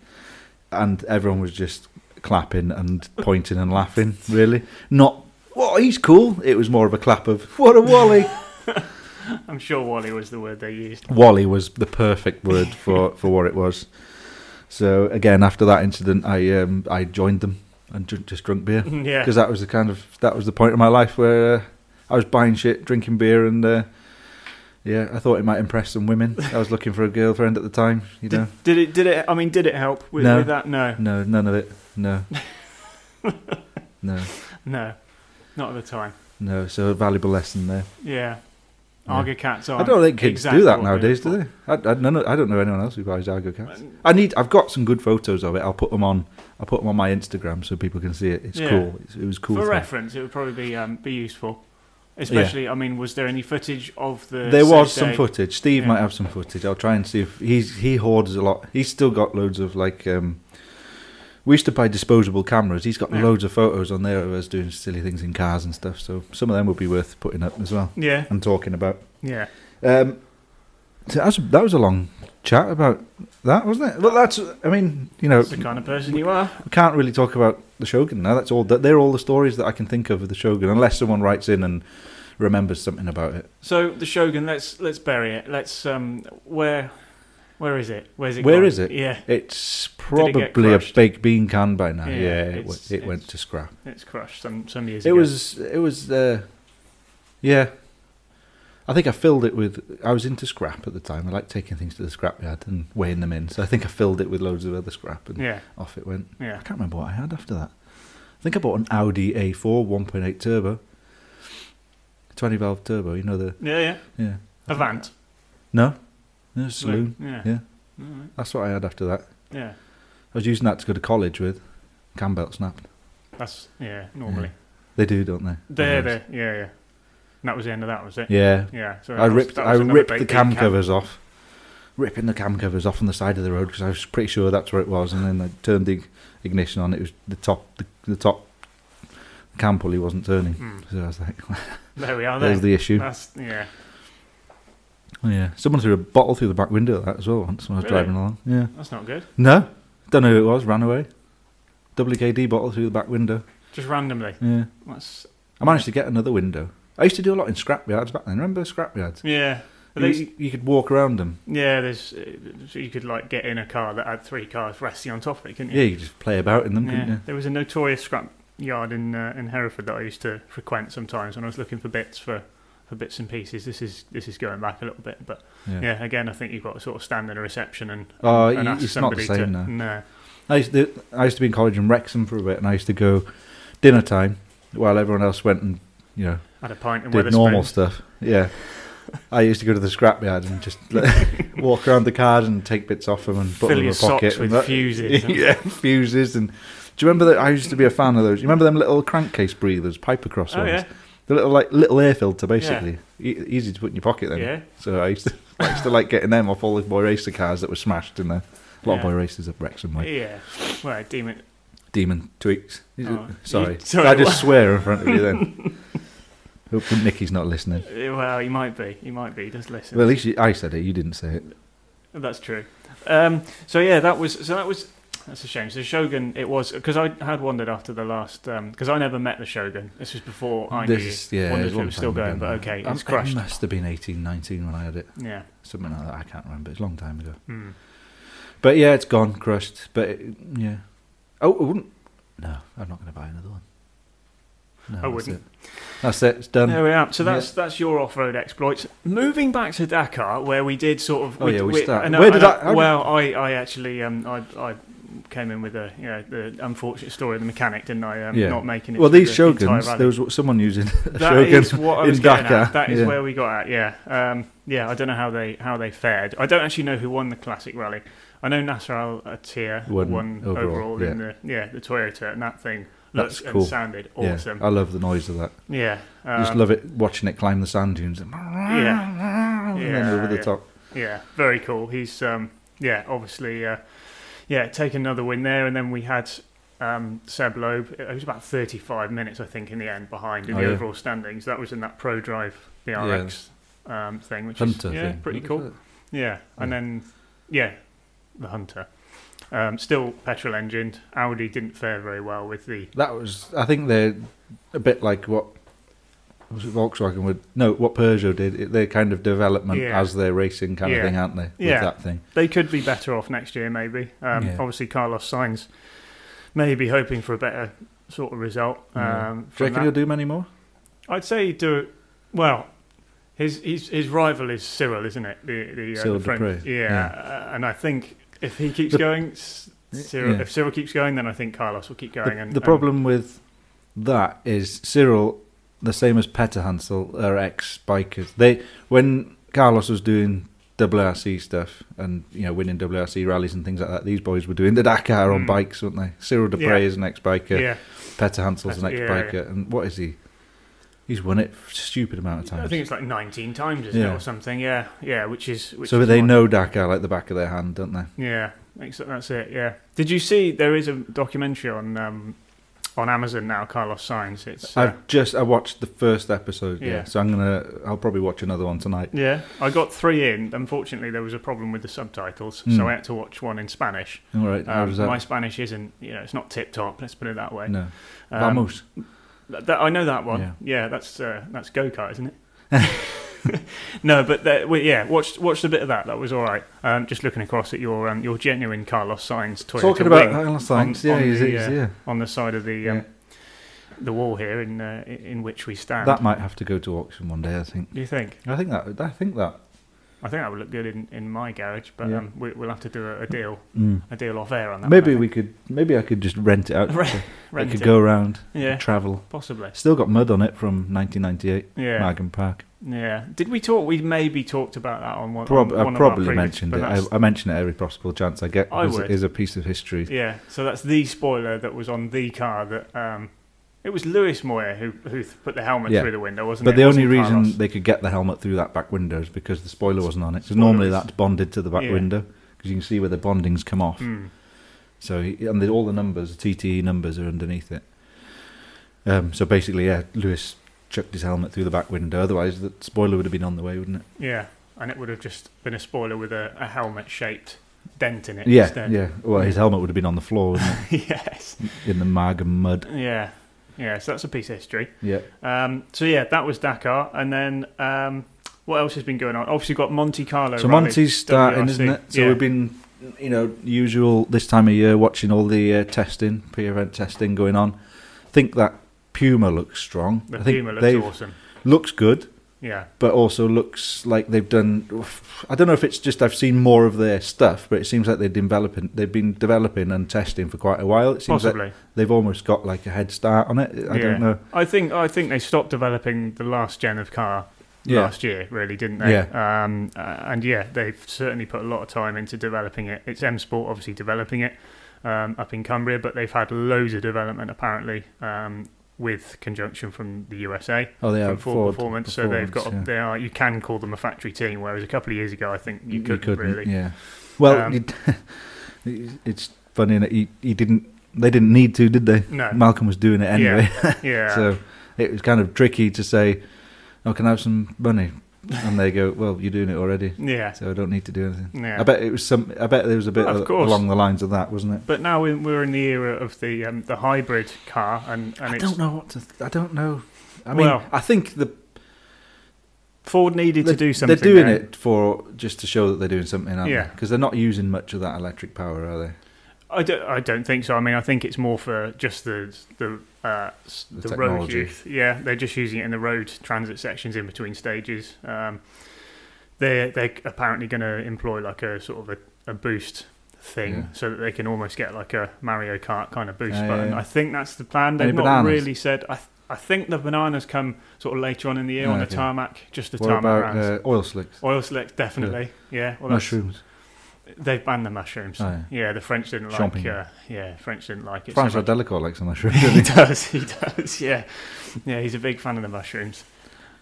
and everyone was just clapping and pointing and laughing. Really, not well. He's cool. It was more of a clap of what a wally.
I'm sure Wally was the word they used.
Wally was the perfect word for, for what it was. So again, after that incident, I um, I joined them and ju- just drunk beer
yeah,
because that was the kind of that was the point of my life where uh, I was buying shit, drinking beer, and uh, yeah, I thought it might impress some women. I was looking for a girlfriend at the time, you know.
Did, did it? Did it? I mean, did it help with,
No.
with that? No,
No, none of it. No, no,
no, not at the time.
no. So a valuable lesson there.
Yeah,
Yeah.
Arga cats are.
I don't think kids
exactly
do
what
that
we
nowadays, do
were
they? I, I, none of- I don't know anyone else who buys Argo cats.
taught.
I need. I've got some good photos of it. I'll put them on. I'll put them on my Instagram so people can see it. It's
Yeah.
cool. It's, it was cool.
For
to-
reference, it would probably be um, be useful. Especially, I mean, was there any footage of the?
there was
safe
some
day?
footage. Steve
Yeah.
might have some footage. I'll try and see if he's he hoards a lot. He's still got loads of like. Um, we used to buy disposable cameras. He's got
Yeah.
loads of photos on there of us doing silly things in cars and stuff. So some of them would be worth putting up as well
Yeah,
and talking about.
yeah.
Um, so that's, that was a long chat about that, wasn't it? Well, that's. I mean, you know,
That's the kind of person you are.
I can't really talk about the Shogun now. That's all. That they're all the stories that I can think of of the Shogun, unless someone writes in and remembers something about it.
So the Shogun, let's let's bury it. Let's um, where where is it? Where's it?
Where
gone?
is it?
Yeah,
It's
it get
probably a
crushed?
baked bean can by now.
Yeah,
Yeah, it, wa-
it's-
it went
it's-
to scrap.
it's crushed some some years
It
ago.
was. It was. Uh, yeah. I think I filled it with. I was into scrap at the time. I like taking things to the scrapyard and weighing them in. So I think I filled it with loads of other scrap, and
Yeah,
off it went. I
yeah.
can't remember what I had after that. I think I bought an Audi A4 1.8 turbo, 20 valve turbo. You know the
Yeah, yeah.
yeah.
Avant.
No, no saloon.
Yeah.
Yeah.
Alright,
That's what I had after that.
Yeah.
I was using that to go to college with. Cam belt snapped.
That's yeah. Normally,
They do, don't they?
there,
Always.
there. Yeah, yeah. And that was the end of that, was it?
Yeah.
Yeah. So
I
that was-
ripped.
that
I
was another
ripped
big-
the
big
cam covers off. Ripping the cam covers off on the side of the road because I was pretty sure that's where it was. And then I turned the ignition on. It was the top. The, the top cam pulley wasn't turning.
Mm.
So I was like,
There we are. There.
"There's the issue."
That's yeah.
Oh, Yeah, someone threw a bottle through the back window of that as well once when I was
Really?
driving along. Yeah,
That's not good.
no, don't know who it was. Ran away. WKD bottle through the back window.
Just randomly.
Yeah,
That's
I managed to get another window. I used to do a lot in scrapyards back then. Remember scrapyards?
yeah. Are
You,
these-
you could walk around them.
Yeah, there's uh, so you could like get in a car that had three cars resting on top of it, couldn't
Yeah,
you?
you could just play about in them, couldn't you?
There was a notorious scrap yard in uh, in Hereford that I used to frequent sometimes when I was looking for bits for, for bits and pieces. This is this is going back a little bit, but yeah, again, I think you've got to sort of stand in a reception and
Oh,
and
y-
ask
it's not
somebody
the
to
same now.
no.
I used, to, I used to be in college in Wrexham for a bit, and I used to go dinner time while everyone else went and you know
Had a pint and
did normal stuff. Yeah, I used to go to the scrapyard and just like, walk around the cars and take bits off them and put
Fill
them in
your
my pocket.
socks
and
with
that-
fuses.
yeah, fuses and. Do you remember that? I used to be a fan of those. You remember them little crankcase breathers, piper cross
Oh
ones?
yeah,
The little like little air filter, basically. E- easy to put in your pocket then.
yeah.
So I used to, I used to like getting them off all the boy racer cars that were smashed in there. A lot
Yeah.
of boy racers at Wrexham, like
Yeah, well, demon.
Demon Tweaks.
Oh,
sorry.
you- sorry,
I just swear in front of you then. Hope Nicky's not listening.
eh, Well, you might be. You might be. Just listen.
Well, at least you, I said it. You didn't say it.
That's true. Um, so yeah, that was so that was that's a shame. So Shogun, it was because I had wondered after the last because I never met the Shogun. This was before I
This,
knew.
yeah,
wondered
it's
if it
long
was still
time
going,
ago
but
now.
okay,
Um,
it's crushed.
It must have been 18, 19 when I had it.
Yeah.
Something like that. I can't remember. It's a long time ago.
Mm.
But yeah, it's gone, crushed. But it, yeah. Oh, I wouldn't. No, I'm not going to buy another one. No, that's
wouldn't.
It. That's it. It's done.
There we are. So
Um, yeah.
that's that's your off-road exploits. Moving back to Dakar, where we did sort of.
Oh, yeah, we start-
and I-
where did
and
I- how did-
well, I, I actually um I, I came in with a you know the unfortunate story of the mechanic, didn't I? Um,
Yeah.
Not making it.
well,
through
these
the entire
shoguns.
rally.
There was someone using a
That is
shogun.
what I
in
was getting at.
Dhaka,
That is
yeah.
where we got at. Yeah, um, yeah. I don't know how they how they fared. I don't actually know who won the classic rally. I know Nasser Al Attiyah
Won
won,
overall,
overall, in the yeah the Toyota, and that thing
That's
looked
cool.
and sounded
Yeah,
awesome.
I love the noise of that.
Yeah,
I just
um,
love it watching it climb the sand dunes.
Yeah.
and then over the
Yeah.
top.
Yeah, very cool. He's um, yeah, obviously uh, yeah, take another win there, and then we had um, Seb Loeb. It was about thirty-five minutes, I think, in the end behind in
Oh,
the
yeah.
overall standings. That was in that Pro Drive BRX um, thing, which
Hunter
is yeah,
thing.
pretty
What
cool.
was it?
Yeah, and
Yeah.
then yeah, the Hunter. Um, still petrol engined. Audi didn't fare very well with the
That was, I think they're a bit like what was it Volkswagen would no, what Peugeot did. It, they're kind of development
Yeah.
as they're racing kind of
Yeah.
thing, aren't they? With
Yeah.
that thing.
They could be better off next year, maybe. Um,
Yeah.
Obviously, Carlos Sainz may be hoping for a better sort of result.
Yeah.
Um,
Do you
from
reckon he'll
that.
do many more?
I'd say he'd do it well. His, his his rival is Cyril, isn't it? The, the, uh,
Cyril
the French.
Deprez,
Yeah, Uh, and I think if he keeps
The-
going, S- Cyril,
Yeah.
if Cyril keeps going, then I think Carlos will keep going.
The,
and
the
and-
problem with that is Cyril, the same as Petter Hansel, are ex bikers. They when Carlos was doing WRC stuff and you know winning WRC rallies and things like that, these boys were doing the Dakar on
Mm.
bikes, weren't they? Cyril Depre
Yeah.
is an ex biker.
yeah,
Petter Hansel's an
Petter-
ex
yeah,
biker, and what is he? He's won it a stupid amount of times.
I think it's like 19 times, isn't
Yeah.
it, or something? Yeah, yeah, which is which
so
is
they
why-
know Dakar like the back of their hand, don't they?
Yeah, ex- that's it. Yeah. Did you see there is a documentary on um, on Amazon now? Carlos Sainz. It's uh,
I've just I watched the first episode, yeah.
Yeah.
So I'm gonna I'll probably watch another one tonight.
yeah. I got three in. Unfortunately, there was a problem with the subtitles,
Hmm.
so I had to watch one in Spanish.
All right, how
Um,
does that?
my Spanish isn't, you know, it's not tip top. Let's put it that way.
no,
Um,
vamos.
th- that- I know that one.
Yeah.
Yeah, that's uh, that's go kart, isn't it? no, but that, well, yeah, watched watched a bit of that. That was all right. Um, just looking across at your um, your genuine Carlos Sainz Toyota
Talking about
wing
Carlos Sainz,
on-
yeah,
on
he's,
the,
he's-
uh,
yeah.
on the side of the um,
Yeah.
the wall here in uh, um, in which we stand.
That might have to go to auction one day. I think.
Do you think?
I think that. I think that.
I think that would look good in, in my garage, but
Yeah.
um, we, we'll have to do a, a deal
Mm.
a deal off air on that.
Maybe
one,
we could. Maybe I could just rent it out.
Rent- I
I
think.
could
Rent it.
go around,
Yeah,
travel.
possibly.
Still got mud on it from 1998,
Yeah,
Margan Park.
yeah. Did we talk? We maybe talked about that on one.
Prob-
on one
I
of
probably
our previous-
mentioned
but
it. I,
that's-
I mention it every possible chance I get.
I
because
would.
It is a piece of history.
yeah, so that's the spoiler that was on the car that. Um, it was Lewis Moyer who who th- put the helmet
Yeah.
through the window, wasn't
But
it?
the
It
only
wasn't
reason
Carlos.
they could get the helmet through that back window is because the spoiler wasn't on it. Because
Spoiler
normally
is-
that's bonded to the back
Yeah.
window because you can see where the bondings come off.
Mm.
So he, and the, all the numbers, the TTE numbers, are underneath it. Um, so basically, yeah, Lewis chucked his helmet through the back window. Otherwise, the spoiler would have been on the way, wouldn't it?
Yeah, and it would have just been a spoiler with a, a helmet shaped dent in it
yeah,
instead.
yeah. Well, his helmet would have been on the floor wouldn't
yes.
it? in the mag and mud.
Yeah. Yeah, so that's a piece of history.
Yeah,
Um, so yeah, that was Dakar, and then um, what else has been going on? Obviously, got Monte Carlo.
so
rally.
Monty's starting, isn't it? So
Yeah.
we've been, you know, usual this time of year watching all the uh, testing, pre-event testing going on. think that Puma looks strong.
The
I think
Puma
they've-
looks awesome.
looks good.
Yeah,
but also looks like they've done. I don't know if it's just I've seen more of their stuff, but it seems like they're developing. They've been developing and testing for quite a while. It seems like
possibly.
they've almost got like a head start on it. I
Yeah.
don't know.
I think I think they stopped developing the last gen of car
Yeah.
last year, really, didn't they? Yeah. Um, uh, and yeah, they've certainly put a lot of time into developing it. It's M Sport obviously developing it um, up in Cumbria, but they've had loads of development apparently um, with conjunction from the USA.
Oh, they
from
have
Ford, performance, so they've got
yeah.
they are you can call them a factory team, whereas a couple of years ago I think you couldn't, really.
Yeah. Well,
Um,
you- it's funny that he, he didn't. They didn't need to, did they?
No,
Malcolm was doing it anyway,
yeah,
so it was kind of tricky to say, "Oh, can I have some money?" And they go, "Well, you're doing it already,
yeah,
so I don't need to do anything."
yeah.
I bet it was some. I bet there was a bit
Of
al-
course.
along the lines of that, wasn't it?
But now we- we're in the era of the um, the hybrid car, and and
I
it's
don't know what to. Th- I don't know. I mean,
Well,
I think the
Ford needed
they-
to do something.
They're doing
there.
it for just to show that they're doing something, aren't
Yeah.
Because they're not using much of that electric power, are they?
I don't. I don't think so. I mean, I think it's more for just the the uh, s-
The
the, road
technology.
youth. Yeah, they're just using it in the road transit sections in between stages. Um, they they're apparently going to employ like a sort of a, a boost thing
Yeah.
so that they can almost get like a Mario Kart kind of boost
Yeah, yeah,
button.
yeah.
I think that's the plan.
Any
They've not
bananas?
really said. I th- I think the bananas come sort of later on in the year
Oh,
on the
okay.
tarmac, just the
what
tarmac
about
rounds.
uh, oil slicks,
Oil slicks, definitely. Yeah. well, that's-
mushrooms?
They've banned the mushrooms.
Oh, yeah.
Yeah, the French didn't like.
Champignon.
Uh, yeah, French didn't like it. so
Francois
much.
Delacour likes a mushroom.
he does. He does. Yeah, yeah. He's a big fan of the mushrooms.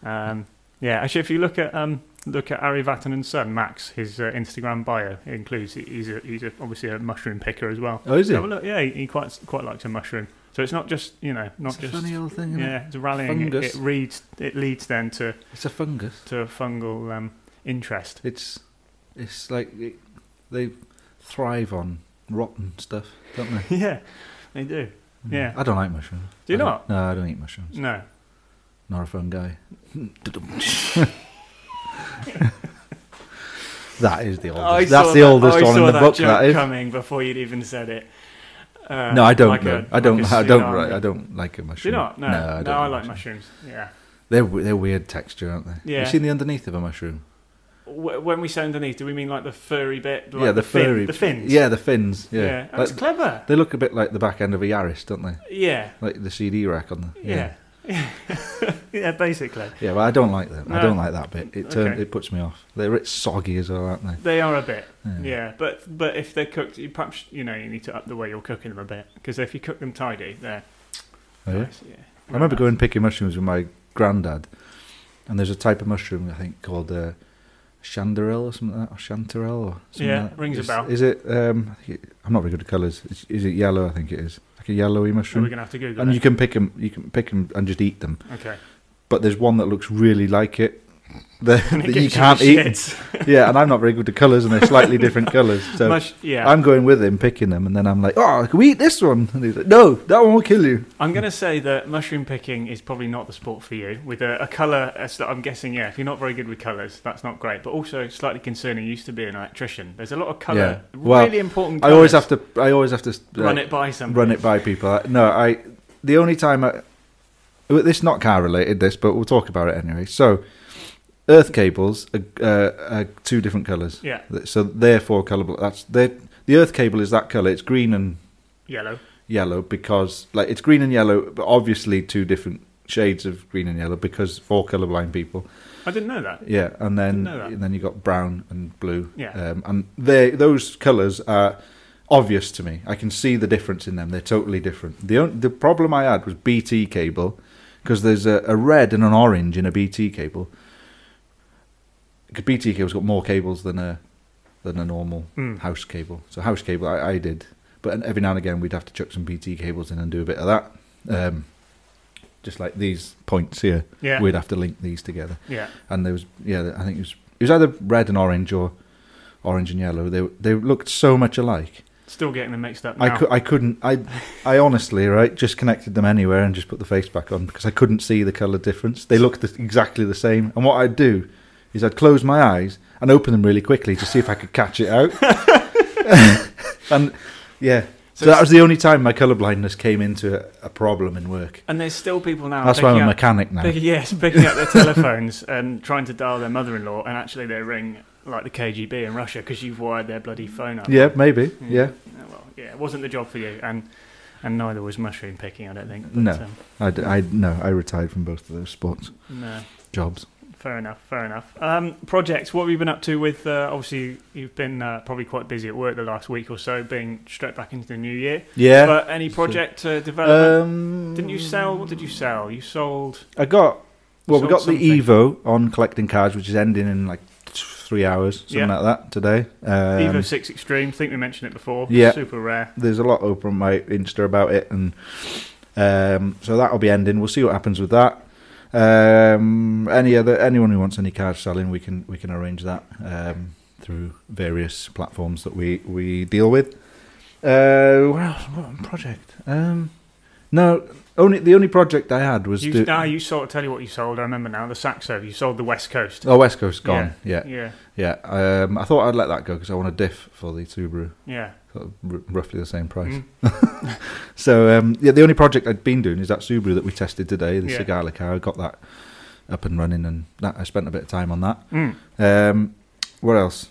Um, yeah, actually, if you look at um, look at Ari Vatanen's son Max, his uh, Instagram bio includes he's a, he's a, obviously a mushroom picker as well.
Oh, is he?
So, look, yeah, he, he quite quite likes a mushroom. So it's not just you know not
it's
just
a funny old thing. Isn't it?
yeah it's rallying. It, it
Fungus.
reads it leads then to
It's a fungus.
to a fungal um, interest.
It's it's like it, they thrive on rotten stuff, don't they?
yeah, they do. Yeah.
I don't like mushrooms.
Do you
I don't-
not?
No, I don't eat mushrooms.
No,
Not a fun guy. that is the
I
oldest.
saw
That's the
that-
oldest
I
one
saw
in the
that
book.
joke
That is.
coming before you'd even said it. Uh,
No, I don't
like
know.
a-
I don't.
like a
I don't.
tsunami.
ri- I don't like a mushroom.
Do you not? No,
No,
no,
I
I,
don't like
like
mushrooms.
mushrooms. Yeah.
They're w- they're weird texture, aren't they?
Yeah.
You seen the underneath of a mushroom?
Wh- When we say underneath, do we mean like the furry bit? Like
yeah, the,
fin-
furry.
the fins.
Yeah, the fins. Yeah.
yeah.
Like-
That's clever.
they look a bit like the back end of a Yaris, don't they?
Yeah,
Like the CD rack on the.
yeah, yeah. basically,
Yeah, but I don't like them. I
No.
don't like that bit. It turn,
Okay.
it puts me off. They're a bit soggy as well, aren't they?
they are a bit. Yeah. but but if they're cooked, you perhaps you know you need to up the way you're cooking them a bit because if you cook them tidy, they're
Oh, yeah?
nice. Yeah.
I remember going picking mushrooms with my granddad, and there's a type of mushroom I think called uh, chanderelle or something like that, or chanterelle or something
Yeah,
like that.
rings a
is,
bell.
Is it? Um, I think it- I'm not very good at colours. Is, is it yellow? I think it is, like a yellowy
So we're
mushroom.
gonna have to Google
And you
it.
can pick them. You can pick 'em and just eat them.
okay.
But there's one that looks really like it. That,
And it
that
gives
you
the
can't eat.
shits.
yeah, and I'm not very good at colours, and they're slightly different colours. So
Mush- yeah,
I'm going with him, picking them, and then I'm like, "Oh, can we eat this one?" And he's like, "No, that one will kill you."
I'm going to say that mushroom picking is probably not the sport for you. With a, a colour, as that I'm guessing, yeah, if you're not very good with colours, that's not great. But also slightly concerning, you used to be an electrician. There's a lot of colour,
Yeah. Well,
really important
I
colours.
always have to. I always have to uh,
run it by somebody.
run it by people. I- No, I. The only time I. well, This is not car related, this, but we'll talk about it anyway. So, earth cables are, uh, are two different colours.
Yeah,
So they're four colour. blo- That's they're, the earth cable is that colour. It's green and
yellow.
yellow because like it's green and yellow, but obviously two different shades of green and yellow because four colourblind people.
I didn't know that.
Yeah,
Didn't
and then
know that.
and then you got brown and blue.
Yeah.
um, and they those colours are obvious to me. I can see the difference in them. They're totally different. The on, the problem I had was BT cable because there's a, a red and an orange in a BT cable. 'Cause BT cable's got more cables than a than a normal
Mm.
house cable. So house cable I, I did, but every now and again we'd have to chuck some BT cables in and do a bit of that. Um, just like these points here,
Yeah,
we'd have to link these together
yeah,
and there was yeah, I think it was it was either red and orange or orange and yellow. They they looked so much alike.
still getting them mixed up now.
I could I couldn't I I honestly right just connected them anywhere and just put the face back on because I couldn't see the color difference. They looked the, exactly the same. And what I'd do is I'd close my eyes and open them really quickly to see if I could catch it out. and yeah.
So
So, that
it's-
was the only time my colour blindness came into a, a problem in work.
and there's still people now.
That's why I'm
picking
a
up-
mechanic now.
Pick, yes, picking up their telephones and trying to dial their mother-in-law, and actually they ring like the KGB in Russia because you've wired their bloody phone up.
Yeah, maybe. yeah.
Uh, Well, yeah, it wasn't the job for you, and and neither was mushroom picking. I don't think.
No.
Um,
I, d- I- no, I retired from both of those sports
no.
jobs.
Fair enough. Fair enough. Um, projects. What have you been up to with? Uh, obviously, you've been uh, probably quite busy at work the last week or so, being straight back into the new year.
Yeah.
But any
So-
project uh, development?
Um,
Didn't you sell? What did you sell? You sold.
I got. Well, we
sold
got the
something?
Evo on collecting cards, which is ending in like th- three hours, something
Yeah.
like that today. Um,
Evo Six Extreme. think we mentioned it before.
Yeah.
Super rare.
There's a lot over on my Insta about it, and um, so that'll be ending. We'll see what happens with that. Um, any other anyone who wants any cards selling, we can we can arrange that um, through various platforms that we we deal with. Uh, what else? What project? Um, no, only the only project I had was
You,
the,
ah, you sold. Tell you what you sold. I remember now. The Saxo. You sold the West Coast.
Oh, West Coast gone. Yeah,
Yeah.
yeah. Um, I thought I'd let that go because I want a diff for the Subaru,
Yeah.
sort of r- roughly the same price.
Mm.
So um, yeah, the only project I'd been doing is that Subaru that we tested today, the
Yeah.
Cigala car. I got that up and running, and that I spent a bit of time on that.
Mm.
Um, what else?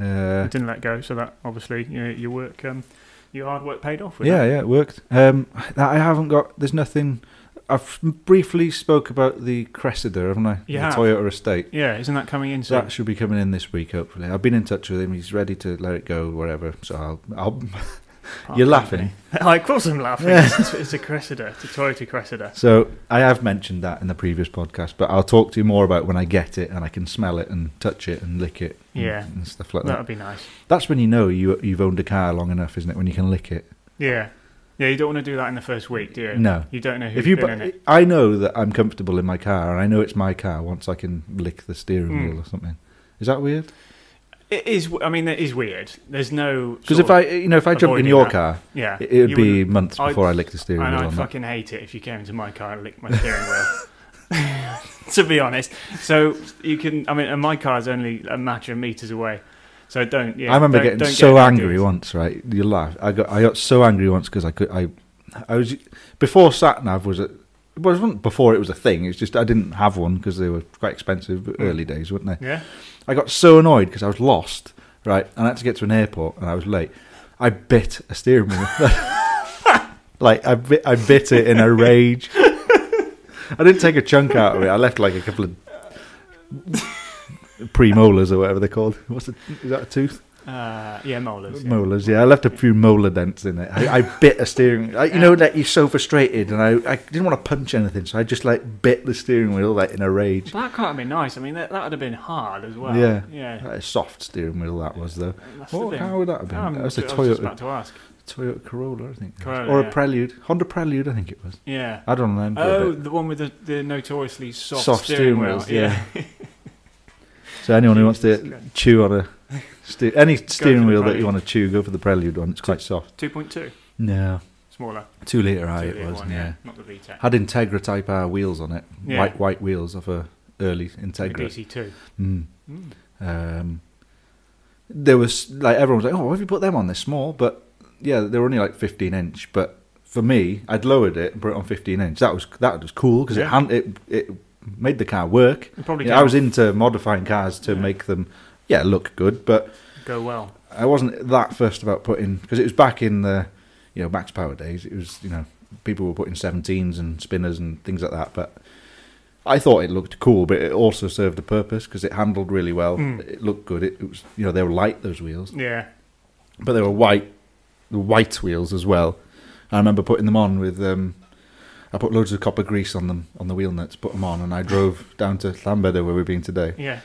Uh,
I didn't let go, so that obviously you know, your work, um, your hard work paid off. With
yeah,
that.
yeah, it worked. Um, that I haven't got. There's nothing. I've briefly spoke about the Cressida, haven't I?
You
the
have.
Toyota Estate.
Yeah, isn't that coming in soon?
That should be coming in this week, hopefully. I've been in touch with him. He's ready to let it go, whatever. So I'll, I'll
Park
You're
company. of course I'm laughing.
Yeah.
It's, it's a Cressida. It's a Toyota Cressida.
So I have mentioned that in the previous podcast, but I'll talk to you more about when I get it and I can smell it and touch it and lick it. and-
Yeah.
And stuff like that.
That would be nice.
That's when you know you you've owned a car long enough, isn't it? When you can lick it.
Yeah. Yeah, you don't want to do that in the first week, do you?
No.
You don't know who's
If you,
been
bu-
in it.
I know that I'm comfortable in my car, and I know it's my car once I can lick the steering
Mm.
wheel or something. Is that weird?
It is. I mean, it is weird. There's no.
Because
sort
if I, you know, if I jumped
avoiding
in your
that.
car,
of- yeah,
it, it would
you
be
wouldn't-
months
I'd-
before I licked the steering
And
wheel.
I'd
on that.
fucking hate it if you came into my car and licked my steering wheel. to be honest, so you can. I mean, and my car's only a matter of meters away, so don't. Yeah,
I remember
don't-
getting
don't
so
get
angry
ideas.
once, right? You laugh. I got I got so angry once because I could I I was before sat nav was a it wasn't before it was a thing. It's just I didn't have one because they were quite expensive
Hmm.
early days, weren't they?
Yeah,
I got so annoyed because I was lost, right? And I had to get to an airport and I was late. I bit a steering wheel. like I bit, I bit it in a rage. I didn't take a chunk out of it. I left like a couple of premolars or whatever they're called. What's the, is that a tooth?
uh, yeah, molars. Yeah.
Molars, yeah. I left a few molar dents in it. I, I bit a steering. I, you know, like you're so frustrated, and I, I didn't want to punch anything, so I just like bit the steering wheel like in a rage.
That can't have been nice. I mean, that, that would have been hard as well.
Yeah.
yeah.
Like a soft steering wheel that was though.
That's
What,
the thing.
how would that have been?
Um,
that was a
I was just
Toyota,
about to ask.
Toyota Corolla, I think, it was.
Corolla,
or
yeah.
a Prelude, Honda Prelude, I think it was.
Yeah.
I don't remember.
Oh,
a bit.
the one with the, the notoriously soft,
Soft
steering,
steering
wheel.
wheels,
Yeah.
So anyone who wants to
Jesus Christ.
chew on a ste- any
for
steering
the
wheel that
Prelude.
you want to chew, go for the Prelude one. It's quite soft.
2.2,
No,
smaller.
two liter I it
Two-liter
was.
one,
yeah.
Not the VTEC.
had Integra Type R wheels on it,
Yeah.
white white wheels of a early
The
Integra.
DC2.
Mm.
Mm.
Um, there was like everyone was like, "Oh, why have you put them on? They're small," but yeah, they were only like 15 inch. But for me, I'd lowered it and put it on 15 inch. That was that was cool because
Yeah.
it, hand- it it made the car work.
It probably
Yeah, I was into modifying cars to
Yeah.
make them yeah look good, but
go well.
I wasn't that first about putting because it was back in the you know max power days. It was you know people were putting seventeens and spinners and things like that. But I thought it looked cool, but it also served a purpose because it handled really well.
Mm.
It looked good. It, it was you know they were light those wheels,
Yeah.
but they were white, the white wheels as well. I remember putting them on with um, I put loads of copper grease on them on the wheel nuts, put them on, and I drove down to Lambeda where we've been today
Yeah.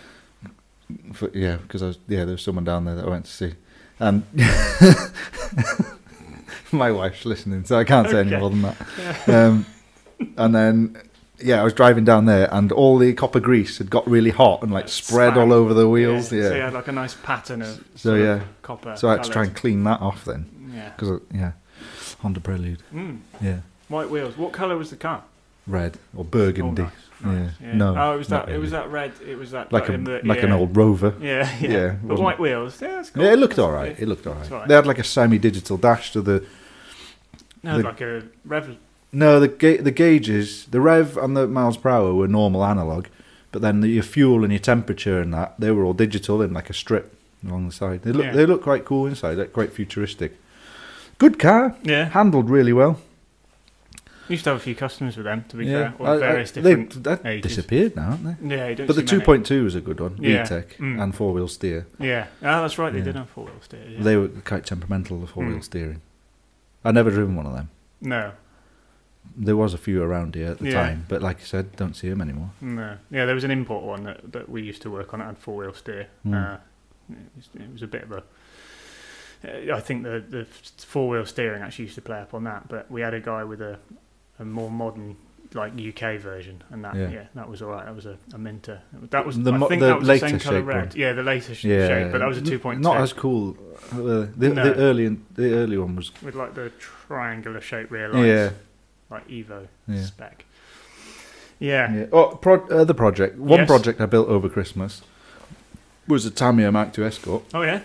for, yeah, because I was yeah, there was someone down there that I went to see, and my wife's listening, so I can't say
Okay.
any more than that. Um, and then yeah, I was driving down there, and all the copper grease had got really hot and like spread
Span.
all over the wheels. Yeah,
So you had like a nice pattern of
so
sort of
yeah,
copper.
so I had to try
colours.
and clean that off then,
Yeah.
because yeah, Honda Prelude,
Mm.
yeah,
White wheels. What colour was the car?
red or
Oh,
burgundy,
nice. nice.
Yeah. No,
Oh, it was
not
that. It
really.
was that red. It was that.
like
that
a
in the,
like
yeah.
an old Rover.
Yeah. Yeah.
Yeah, it
but
wasn't-
white wheels. Yeah, that's cool.
Yeah, it looked
That's-
all right. It looked all
It's
right.
all right.
They had like a semi-digital dash to the
No,
the-
like a rev.
No, the ga- the gauges, the rev and the miles per hour were normal analog, but then the, your fuel and your temperature and that they were all digital in like a strip along the side. They look
Yeah.
they look quite cool inside, like quite futuristic. Good car,
Yeah.
handled really well.
We used to have a few customers with them, to be fair, or
I- I-
various
they-
different.
that
ages.
disappeared now, haven't they?
yeah, you don't
But the
see
two
many.
point two was a good one,
Yeah.
VTEC
Mm.
and four wheel steer.
Yeah, ah, that's right. They
Yeah.
did have four wheel steers. Yeah.
They were quite temperamental, the four wheel
Mm.
steering. I never driven one of them.
no,
There was a few around here at the
Yeah.
time, but like I said, don't see them anymore.
no. Yeah, there was an import one that, that we used to work on. It had four wheel steer.
Mm.
Uh, it, was, it was a bit of a. Uh, I think the the four wheel steering actually used to play up on that, but we had a guy with a a more modern like UK version, and that yeah,
Yeah.
that was all right. That was a, a Minter. That was
The
I
mo-
think
the
that was the same
later
colour
shape
red.
one.
Yeah, the later sh- shape, but that was a
n-
two point two.
Not as cool. Uh, the, the,
No.
early the early one was
with like the triangular shape rear lights,
Yeah.
like Evo
yeah.
spec. Yeah,
yeah. Oh, pro- other project. One
Yes.
project I built over Christmas was a Tamiya Mark II Escort.
Oh yeah,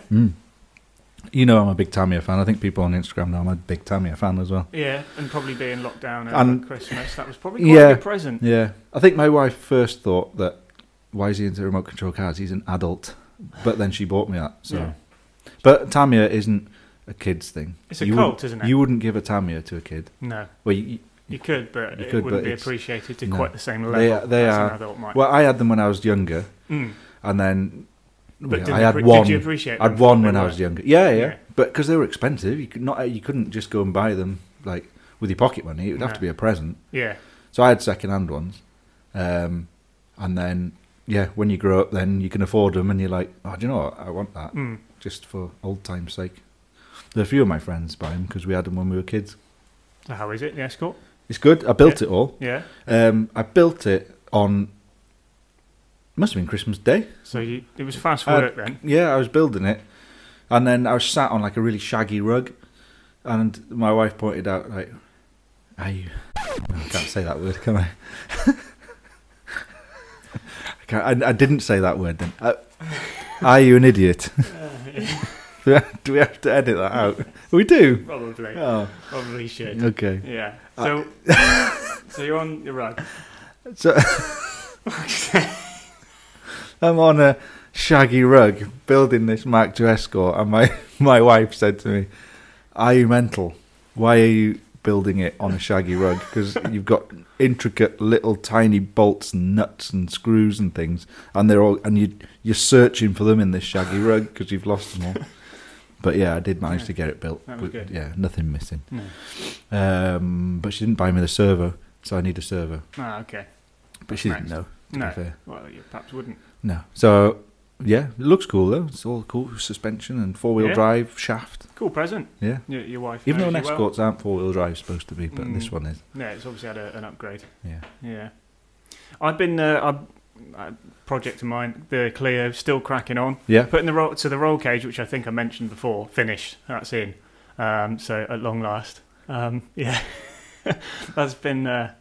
You know I'm a big Tamiya fan. I think people on Instagram know I'm a big Tamiya fan as well.
yeah, and probably being locked down over
And-
Christmas, that was probably quite a
Yeah.
good present.
Yeah, I think my wife first thought that why is he into remote control cars? He's an adult, but then she bought me that. So,
Yeah.
but Tamiya isn't a kid's thing.
It's a
You
cult, isn't it?
wouldn't- You wouldn't give a Tamiya to a kid.
no,
Well, you,
You could, but
You
it
could,
wouldn't
but
be
it's-
appreciated to
no.
quite the same level
They are- they
as
are-
an adult might.
Well, I had them when I was younger,
Mm.
and then
But did,
I had
appre-
one.
did you appreciate
I'd
them for
one
what
when
they
I
were?
was younger. Yeah, yeah.
Yeah.
But because they were expensive, you could not you couldn't just go and buy them like with your pocket money. It would have
No.
to be a present.
Yeah,
So I had second hand ones, um, and then yeah, when you grow up, then you can afford them, and you're like, oh, do you know what? I want that
mm.
just for old times' sake. There are a few of my friends buy them because we had them when we were kids.
So how is it? The escort?
It's good. I built it all.
Yeah.
Um, I built it on. Must have been Christmas Day.
So you, it was fast
I-
work then.
Yeah, I was building it, and then I was sat on like a really shaggy rug, and my wife pointed out like, "Are you?" No, I can't say that word, can I? I, can't, I, I didn't say that word then. Uh, are you an idiot? do, we, do we have to edit that out? We do.
Probably,
Oh,
probably should.
okay.
Yeah. So,
Uh,
so you're on your rug.
So I'm on a shaggy rug building this Mark to escort, and my, my wife said to me, "Are you mental? Why are you building it on a shaggy rug? Because you've got intricate little tiny bolts and nuts and screws and things, and they're all and you you're searching for them in this shaggy rug because you've lost them all." But yeah, I did manage to get it built.
That was
with-
good.
Yeah, nothing missing.
No.
Um, but she didn't buy me the servo, so I need a servo.
Ah, okay.
But she didn't
Nice.
know. To
No.
be fair.
Well, you perhaps wouldn't.
No. So yeah, it looks cool though. It's all cool suspension and four wheel
Yeah.
drive shaft.
Cool present.
Yeah.
Your, your wife.
Even though
knows
an
you well.
escorts aren't four wheel drive supposed to be, but this
Mm.
one is.
Yeah, it's obviously had a, an upgrade.
Yeah.
Yeah, I've been uh, I, I, project of mine, the Clio, still cracking on.
Yeah.
Putting the roll so the roll cage, which I think I mentioned before, finished. That's in. Um, so at long last, um, yeah, that's been uh,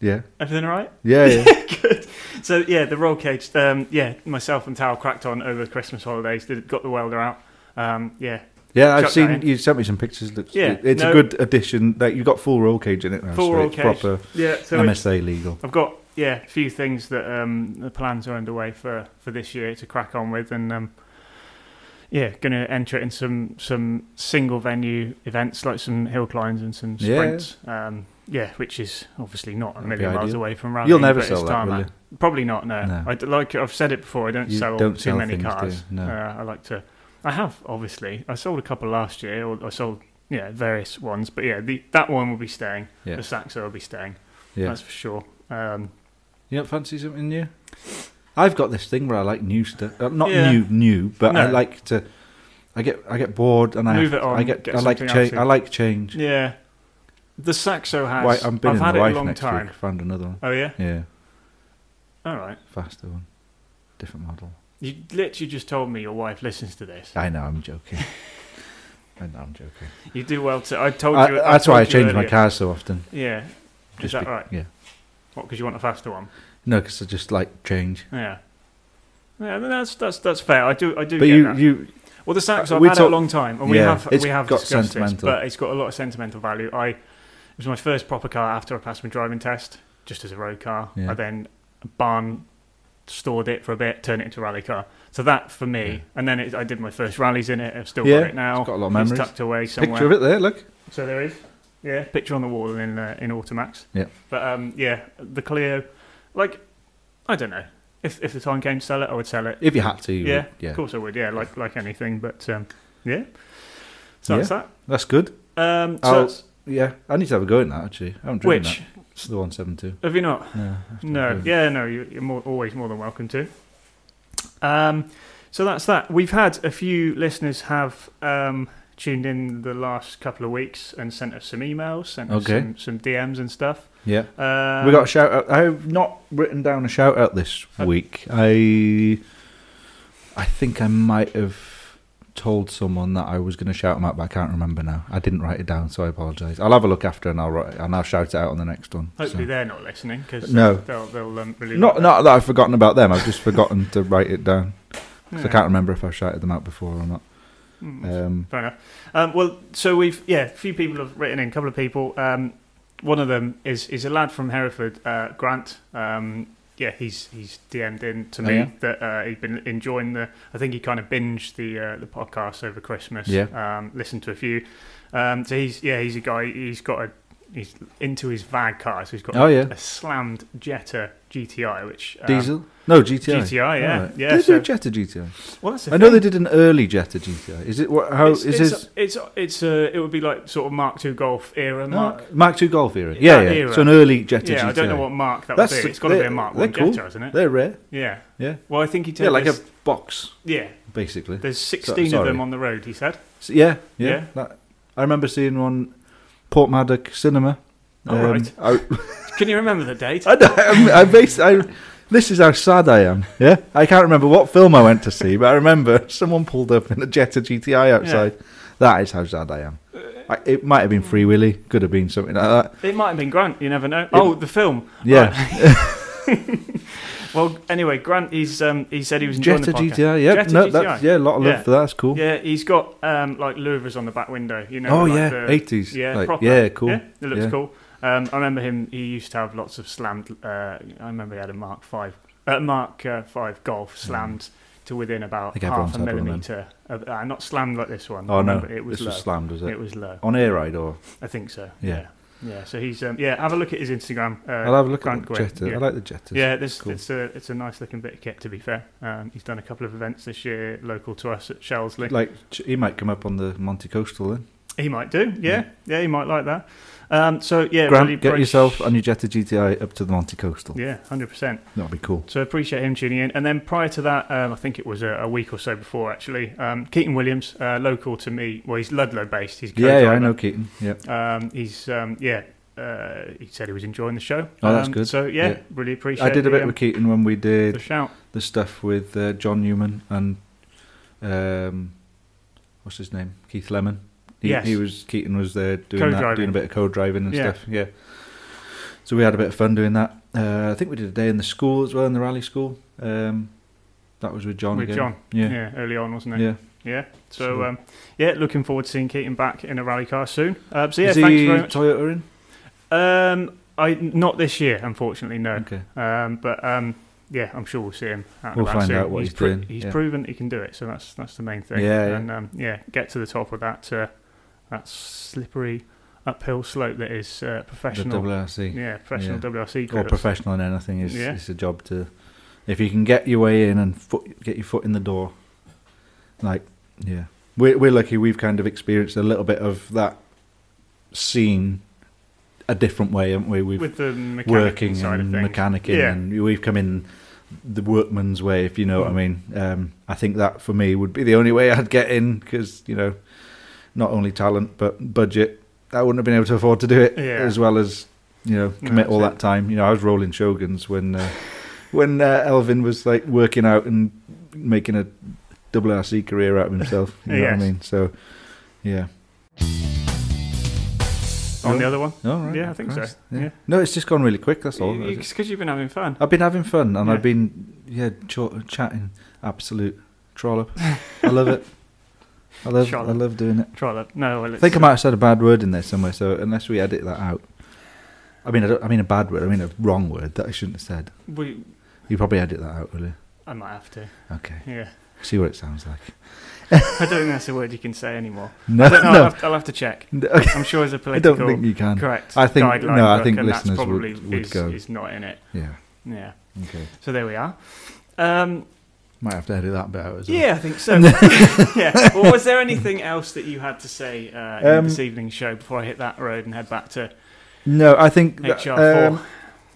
Yeah.
everything all right.
Yeah. Yeah.
So yeah, the roll cage. Um, yeah, myself and Tal cracked on over the Christmas holidays. Did got the welder out. Um, yeah,
yeah
Chuck
I've
that
seen
in.
you sent me some pictures. Looks,
Yeah,
it- It's a
no-
good addition. That you have got full roll cage in it now.
Full
so
roll
it's
cage.
proper
yeah. So it's-
MSA legal.
I've got yeah a few things that um, the plans are underway for for this year to crack on with, and um, yeah, going to enter it in some some single venue events like some hill climbs and some
Yeah.
sprints. Um, yeah, which is obviously not a
That'd
million
be
miles
ideal.
away from rallying.
You'll never
but
sell
it's
that, will
tarmac.
you?
Probably not. No,
No.
I d like I've said it before. I don't
You
sell
don't
too
sell
many
things, do
cars.
you? No.
Uh, I like to. I have obviously. I sold a couple last year, or I sold yeah various ones, but yeah, the, that one will be staying.
Yeah.
The Saxo will be staying.
Yeah.
That's for sure. Um,
You don't fancy something new? I've got this thing where I like new stuff. Uh, not
Yeah.
new, new, but I
No.
like to. I get I get bored and I
Move
have-
it on,
I get,
get
I like
something else
change.
in.
I like change.
Yeah. The Saxo has.
Why, I'm
I've
binning
had
the
it a
wife
long
next
time.
week. Found another one.
Oh, yeah?
Yeah,
All right.
faster one, different model.
You literally just told me your wife listens to this.
I know, I'm joking. I know, I'm joking.
You do well to. I told you.
I-
I
that's
told
why I
you
change my
earlier.
cars so often.
Yeah. Is
Just
that
be-
right?
Yeah.
What, because you want a faster one?
No, because I just like change.
Yeah. Yeah, I mean, that's that's that's fair. I do I do
But
get
you,
that.
you,
well, the Saxo I've
we
had it
talk-
a long time, and we
Yeah,
have
it's
we have
got
discussed this,
sentimental.
but it's got a lot of sentimental value. I it was my first proper car after I passed my driving test, just as a road car.
Yeah.
I then barn stored it for a bit, turned it into a rally car. So that for me,
Yeah.
and then it, I did my first rallies in it. I've still
Yeah,
got it now.
it's got a lot of
Oh, It's
memories.
tucked away somewhere.
picture of it there. Look,
So there is, yeah, picture on the wall in uh, in Automax.
Yeah.
But um, yeah, the Clio, like, I don't know. If if the time came to sell it, I would sell it.
if you had to, you
Yeah,
would, yeah,
Of course I would, yeah, like like anything, but um, yeah. So that's that.
that's good.
Um, so
I'll-
that's-
Yeah, I need to have a go in that actually. I haven't driven
which
that. It's the one seven two.
have you not?
No, I have to have a
No,
go in.
yeah, no, you- you're more, always more than welcome to. Um, so that's that. We've had a few listeners have um, tuned in the last couple of weeks and sent us some emails, sent us
Okay.
some, some DMs and stuff.
yeah.
Um,
we got a shout out. I've not written down a shout out this
Uh,
week. I I think I might have told someone that I was going to shout them out, but I can't remember now. I didn't write it down, so I apologise. I'll have a look after and I'll write, and I'll shout it out on the next one.
Hopefully
so.
they're not listening because
No.
they'll they'll um, really
Not
like
not that I've forgotten about them. I've just forgotten to write it down 'cause
Yeah.
I can't remember if I've shouted them out before or not.
Mm.
Um,
Fair enough. Um, well, so we've yeah, a few people have written in. A couple of people. Um, one of them is is a lad from Hereford, uh, Grant. Um, yeah, he's he's DM'd in to
Oh,
me
yeah?
that uh, he'd been enjoying the. I think he kind of binged the uh, the podcast over Christmas.
Yeah.
Um, listened to a few. Um, so he's yeah, he's a guy. He's got a he's into his VAG car, so he's got
Oh, yeah.
a slammed Jetta GTI, which um,
Diesel? No, GTI.
GTI, yeah,
Alright.
yeah,
Did they
so-
do Jetta GTI?
Well, that's the
I know they
thing.
did an early Jetta GTI. Is it what? How
it's,
is
it's,
this?
it's it's uh, it would be like sort of Mark II Golf era Mark.
Mark, Mark II Golf era. Yeah,
That
yeah.
era.
So an early Jetta
yeah,
GTI.
I don't know what Mark that
That's-
would be. It's got to be
they're-
a Mark
they're
One
cool.
Jetta, isn't it?
They're rare.
Yeah.
Yeah.
Well, I think he took
Yeah, like a
this-
box,
yeah.
basically.
There's 16 of
sorry.
them on the road. He said.
So, yeah, yeah.
Yeah.
That, I remember seeing one Port Maddock Cinema. Um,
All right.
I,
Can you remember the date?
I, don't- I'm- I, bas- I, this is how sad I am. Yeah, I can't remember what film I went to see, but I remember someone pulled up in a Jetta GTI outside. That is how sad I am. I, it might have been Free Willy, could have been something like that.
It might have been Grant. You never know. Oh, the film.
Yeah,
Well, anyway, Grant. He's um, he said he was enjoying
Jetta
the podcast.
GTI. Yeah,
Jetta
no,
GTI.
That's, yeah, a lot of love
Yeah.
for that. That's cool.
Yeah, he's got um, like louvers on the back window. You know.
oh
like
yeah,
the-
eighties.
Yeah,
like,
proper.
yeah, cool.
Yeah, it looks
Yeah.
cool. Um, I remember him. He used to have lots of slammed. Uh, I remember he had a Mark Five, uh, Mark uh, Five Golf slammed to within
Hmm. I
about
think everyone's
half a
had one of them.
millimeter. Of, uh, not slammed like this one.
Oh no,
remember, it was
this
low.
was slammed, was it?
it was low.
On air ride or?
I think so.
Yeah.
Yeah. yeah, So he's um, yeah. Have a look at his Instagram. Uh,
I'll have a look
Grant
at the
Gwyn,
Jetta.
yeah.
I like the Jettas.
yeah, this
Cool.
it's a it's a nice looking bit of kit. To be fair, um, he's done a couple of events this year, local to us at Shelsley.
Like ch- he might come up on the Monte Coastal then.
He might do. Yeah, yeah, he might like that. Um, so yeah,
Grant,
really
get
appreci-
yourself and your Jetta GTI up to the Monte Coastal.
Yeah, hundred percent.
That'd be cool.
So I appreciate him tuning in. And then prior to that, um, I think it was a, a week or so before actually, um, Keaton Williams, uh, local to me. Well, he's Ludlow based. He's
Yeah, yeah, I
co-driver.
know Keaton. Yeah,
Um, he's um, yeah. Uh, he said he was enjoying the show.
Oh, that's
Um,
good.
So yeah,
Yeah.
really appreciate.
I did a
the,
bit
um,
with Keaton when we
the
did
shout.
the stuff with uh, John Newman and um, what's his name, Keith Lemon. He,
Yes.
he was Keaton was there doing that,
Co-driving.
doing a bit of co-driving and
Yeah.
stuff. Yeah. So we had a bit of fun doing that. Uh, I think we did a day in the school as well, in the rally school. Um, that was with John.
With
again.
John. Yeah.
Yeah.
early on, wasn't
Yeah.
it? Yeah. So
Sure.
um, yeah, looking forward to seeing Keaton back in a rally car soon. Uh, so yeah,
Is he
thanks very much.
Toyota in?
Um, I not this year, unfortunately, no.
Okay.
Um, but um, yeah, I'm sure we'll see him. Out and
We'll
about
find
soon.
out what he's
pro-
doing,
He's
yeah.
proven he can do it, so that's that's the main thing.
Yeah, yeah.
and Um, yeah, get to the top of that uh, that slippery uphill slope that is uh, professional.
The WRC.
yeah, professional
yeah.
WRC
or
credits.
professional in anything is
Yeah.
it's a job to if you can get your way in and foot, get your foot in the door like yeah we're, we're lucky we've kind of experienced a little bit of that scene a different way haven't we we've
with the mechanic
working
side
and
of things.
mechanicking
Yeah.
and we've come in the workman's way if you know what i
Mm.
mean um, i think that for me would be the only way i'd get in because you know not only talent but budget i wouldn't have been able to afford to do it
Yeah.
as well as you know
No,
commit all
that's
that time you know i was rolling shoguns when uh, when uh, elvin was like working out and making a wrc career out of himself you know
Yes.
what i mean so yeah
On the other one,
all right
yeah, I think
Christ,
so. Yeah,
no it's just gone really quick that's all
because you've been having fun.
I've been having fun and I've
Yeah.
been yeah cho- chatting absolute trollop. I love it. I love I
Trollop.
love doing it.
Try that. No, well,
I
it's,
think I might have said a bad word in there somewhere, so unless we edit that out, I mean I, don't, I mean a bad word, I mean a wrong word that I shouldn't have said.
we,
You probably edit that out, will you?
I might have to.
Okay,
Yeah,
see what it sounds like.
I don't think that's a word you can say anymore.
No,
I don't know. I'll,
no,
have to, I'll have to check.
no, okay,
I'm sure there's a
I
political.
don't think you can.
Correct.
I think-
guideline
no, I
book,
think
and
listeners
that's probably
would- would
is,
go.
is not in it.
Yeah,
Yeah.
okay.
So there we are. Um,
Might have to edit that bit out as well.
yeah, I think so. yeah. Well, was there anything else that you had to say uh, in
Um,
this evening's show before I hit that road and head back to
No, I think that,
HR4?
um,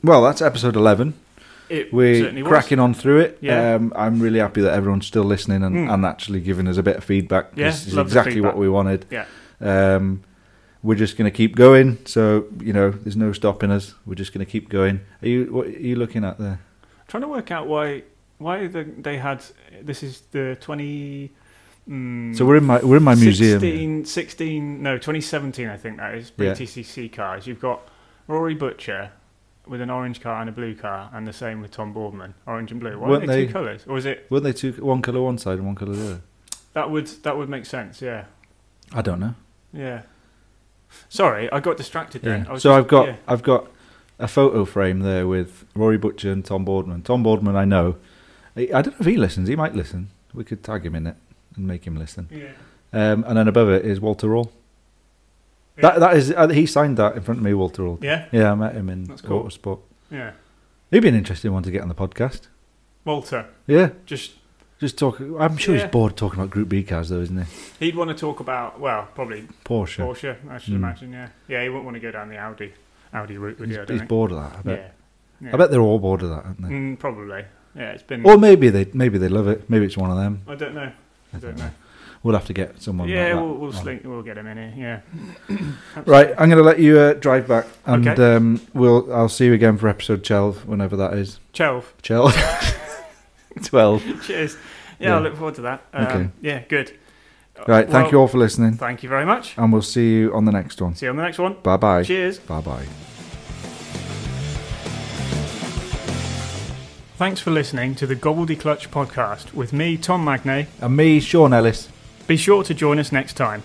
well that's episode eleven.
it certainly was.
We're cracking on through it.
Yeah.
Um, I'm really happy that everyone's still listening and,
Mm.
and actually giving us a bit of feedback. 'cause
Yeah,
this is
love the
exactly
feedback.
what we wanted.
Yeah.
Um, we're just going to keep going. So you know, there's no stopping us. We're just going to keep going. Are you? What are you looking at there?
Trying to work out why why the, they had this is the 20. mm,
So we're in my we're in my museum.
16, 16, no, 2017, I think that is.
Yeah.
BTCC cars. You've got Rory Butcher with an orange car and a blue car, and the same with Tom Boardman, orange and blue. Why
Weren't
aren't they,
they-
two colours? Or is it
Weren't they two one color one side and one color the other?
that would that would make sense? Yeah,
I don't know.
yeah. Sorry, I got distracted then. I
Yeah.
was
So
just-
I've got
yeah.
I've got a photo frame there with Rory Butcher and Tom Boardman. Tom Boardman, I know. I I don't know if he listens. He might listen. We could tag him in it and make him listen.
Yeah.
Um, and then above it is Walter Rawl. That that is uh, he signed that in front of me, Walter Old.
Yeah,
Yeah, I met him in
That's cool.
Autosport.
yeah.
He'd be an interesting one to get on the podcast.
Walter,
Yeah,
just
just talk. I'm sure
Yeah.
he's bored talking about Group B cars, though, isn't he?
he'd want to talk about well, probably
Porsche.
Porsche. I should
Mm.
imagine. Yeah, yeah. He wouldn't want to go down the Audi Audi route, would he? I
He's,
don't
he's
think.
bored of that. I bet.
yeah. yeah.
I bet they're all bored of that, aren't they?
Mm, probably. Yeah, it's been.
Or maybe they maybe they love it. Maybe it's one of them.
I don't know. I don't know.
We'll have to get someone. like
Yeah,
that
we'll we'll,
on.
slink, we'll get him in here. Yeah.
Right, I'm going to let you uh, drive back, and
Okay.
um, we'll I'll see you again for episode twelve, whenever that is.
Chelv.
Twelve. twelve.
Cheers. Yeah, I
Yeah.
look forward to that. Um,
Okay.
Yeah, good. Uh,
Right, thank
well,
you all for listening,
Thank you very much.
and we'll see you on the next one.
See you on the next one.
Bye bye.
Cheers.
Bye bye.
Thanks for listening to the Gobbledy Clutch podcast with me, Tom Magnay.
And me, Sean Ellis.
Be sure to join us next time.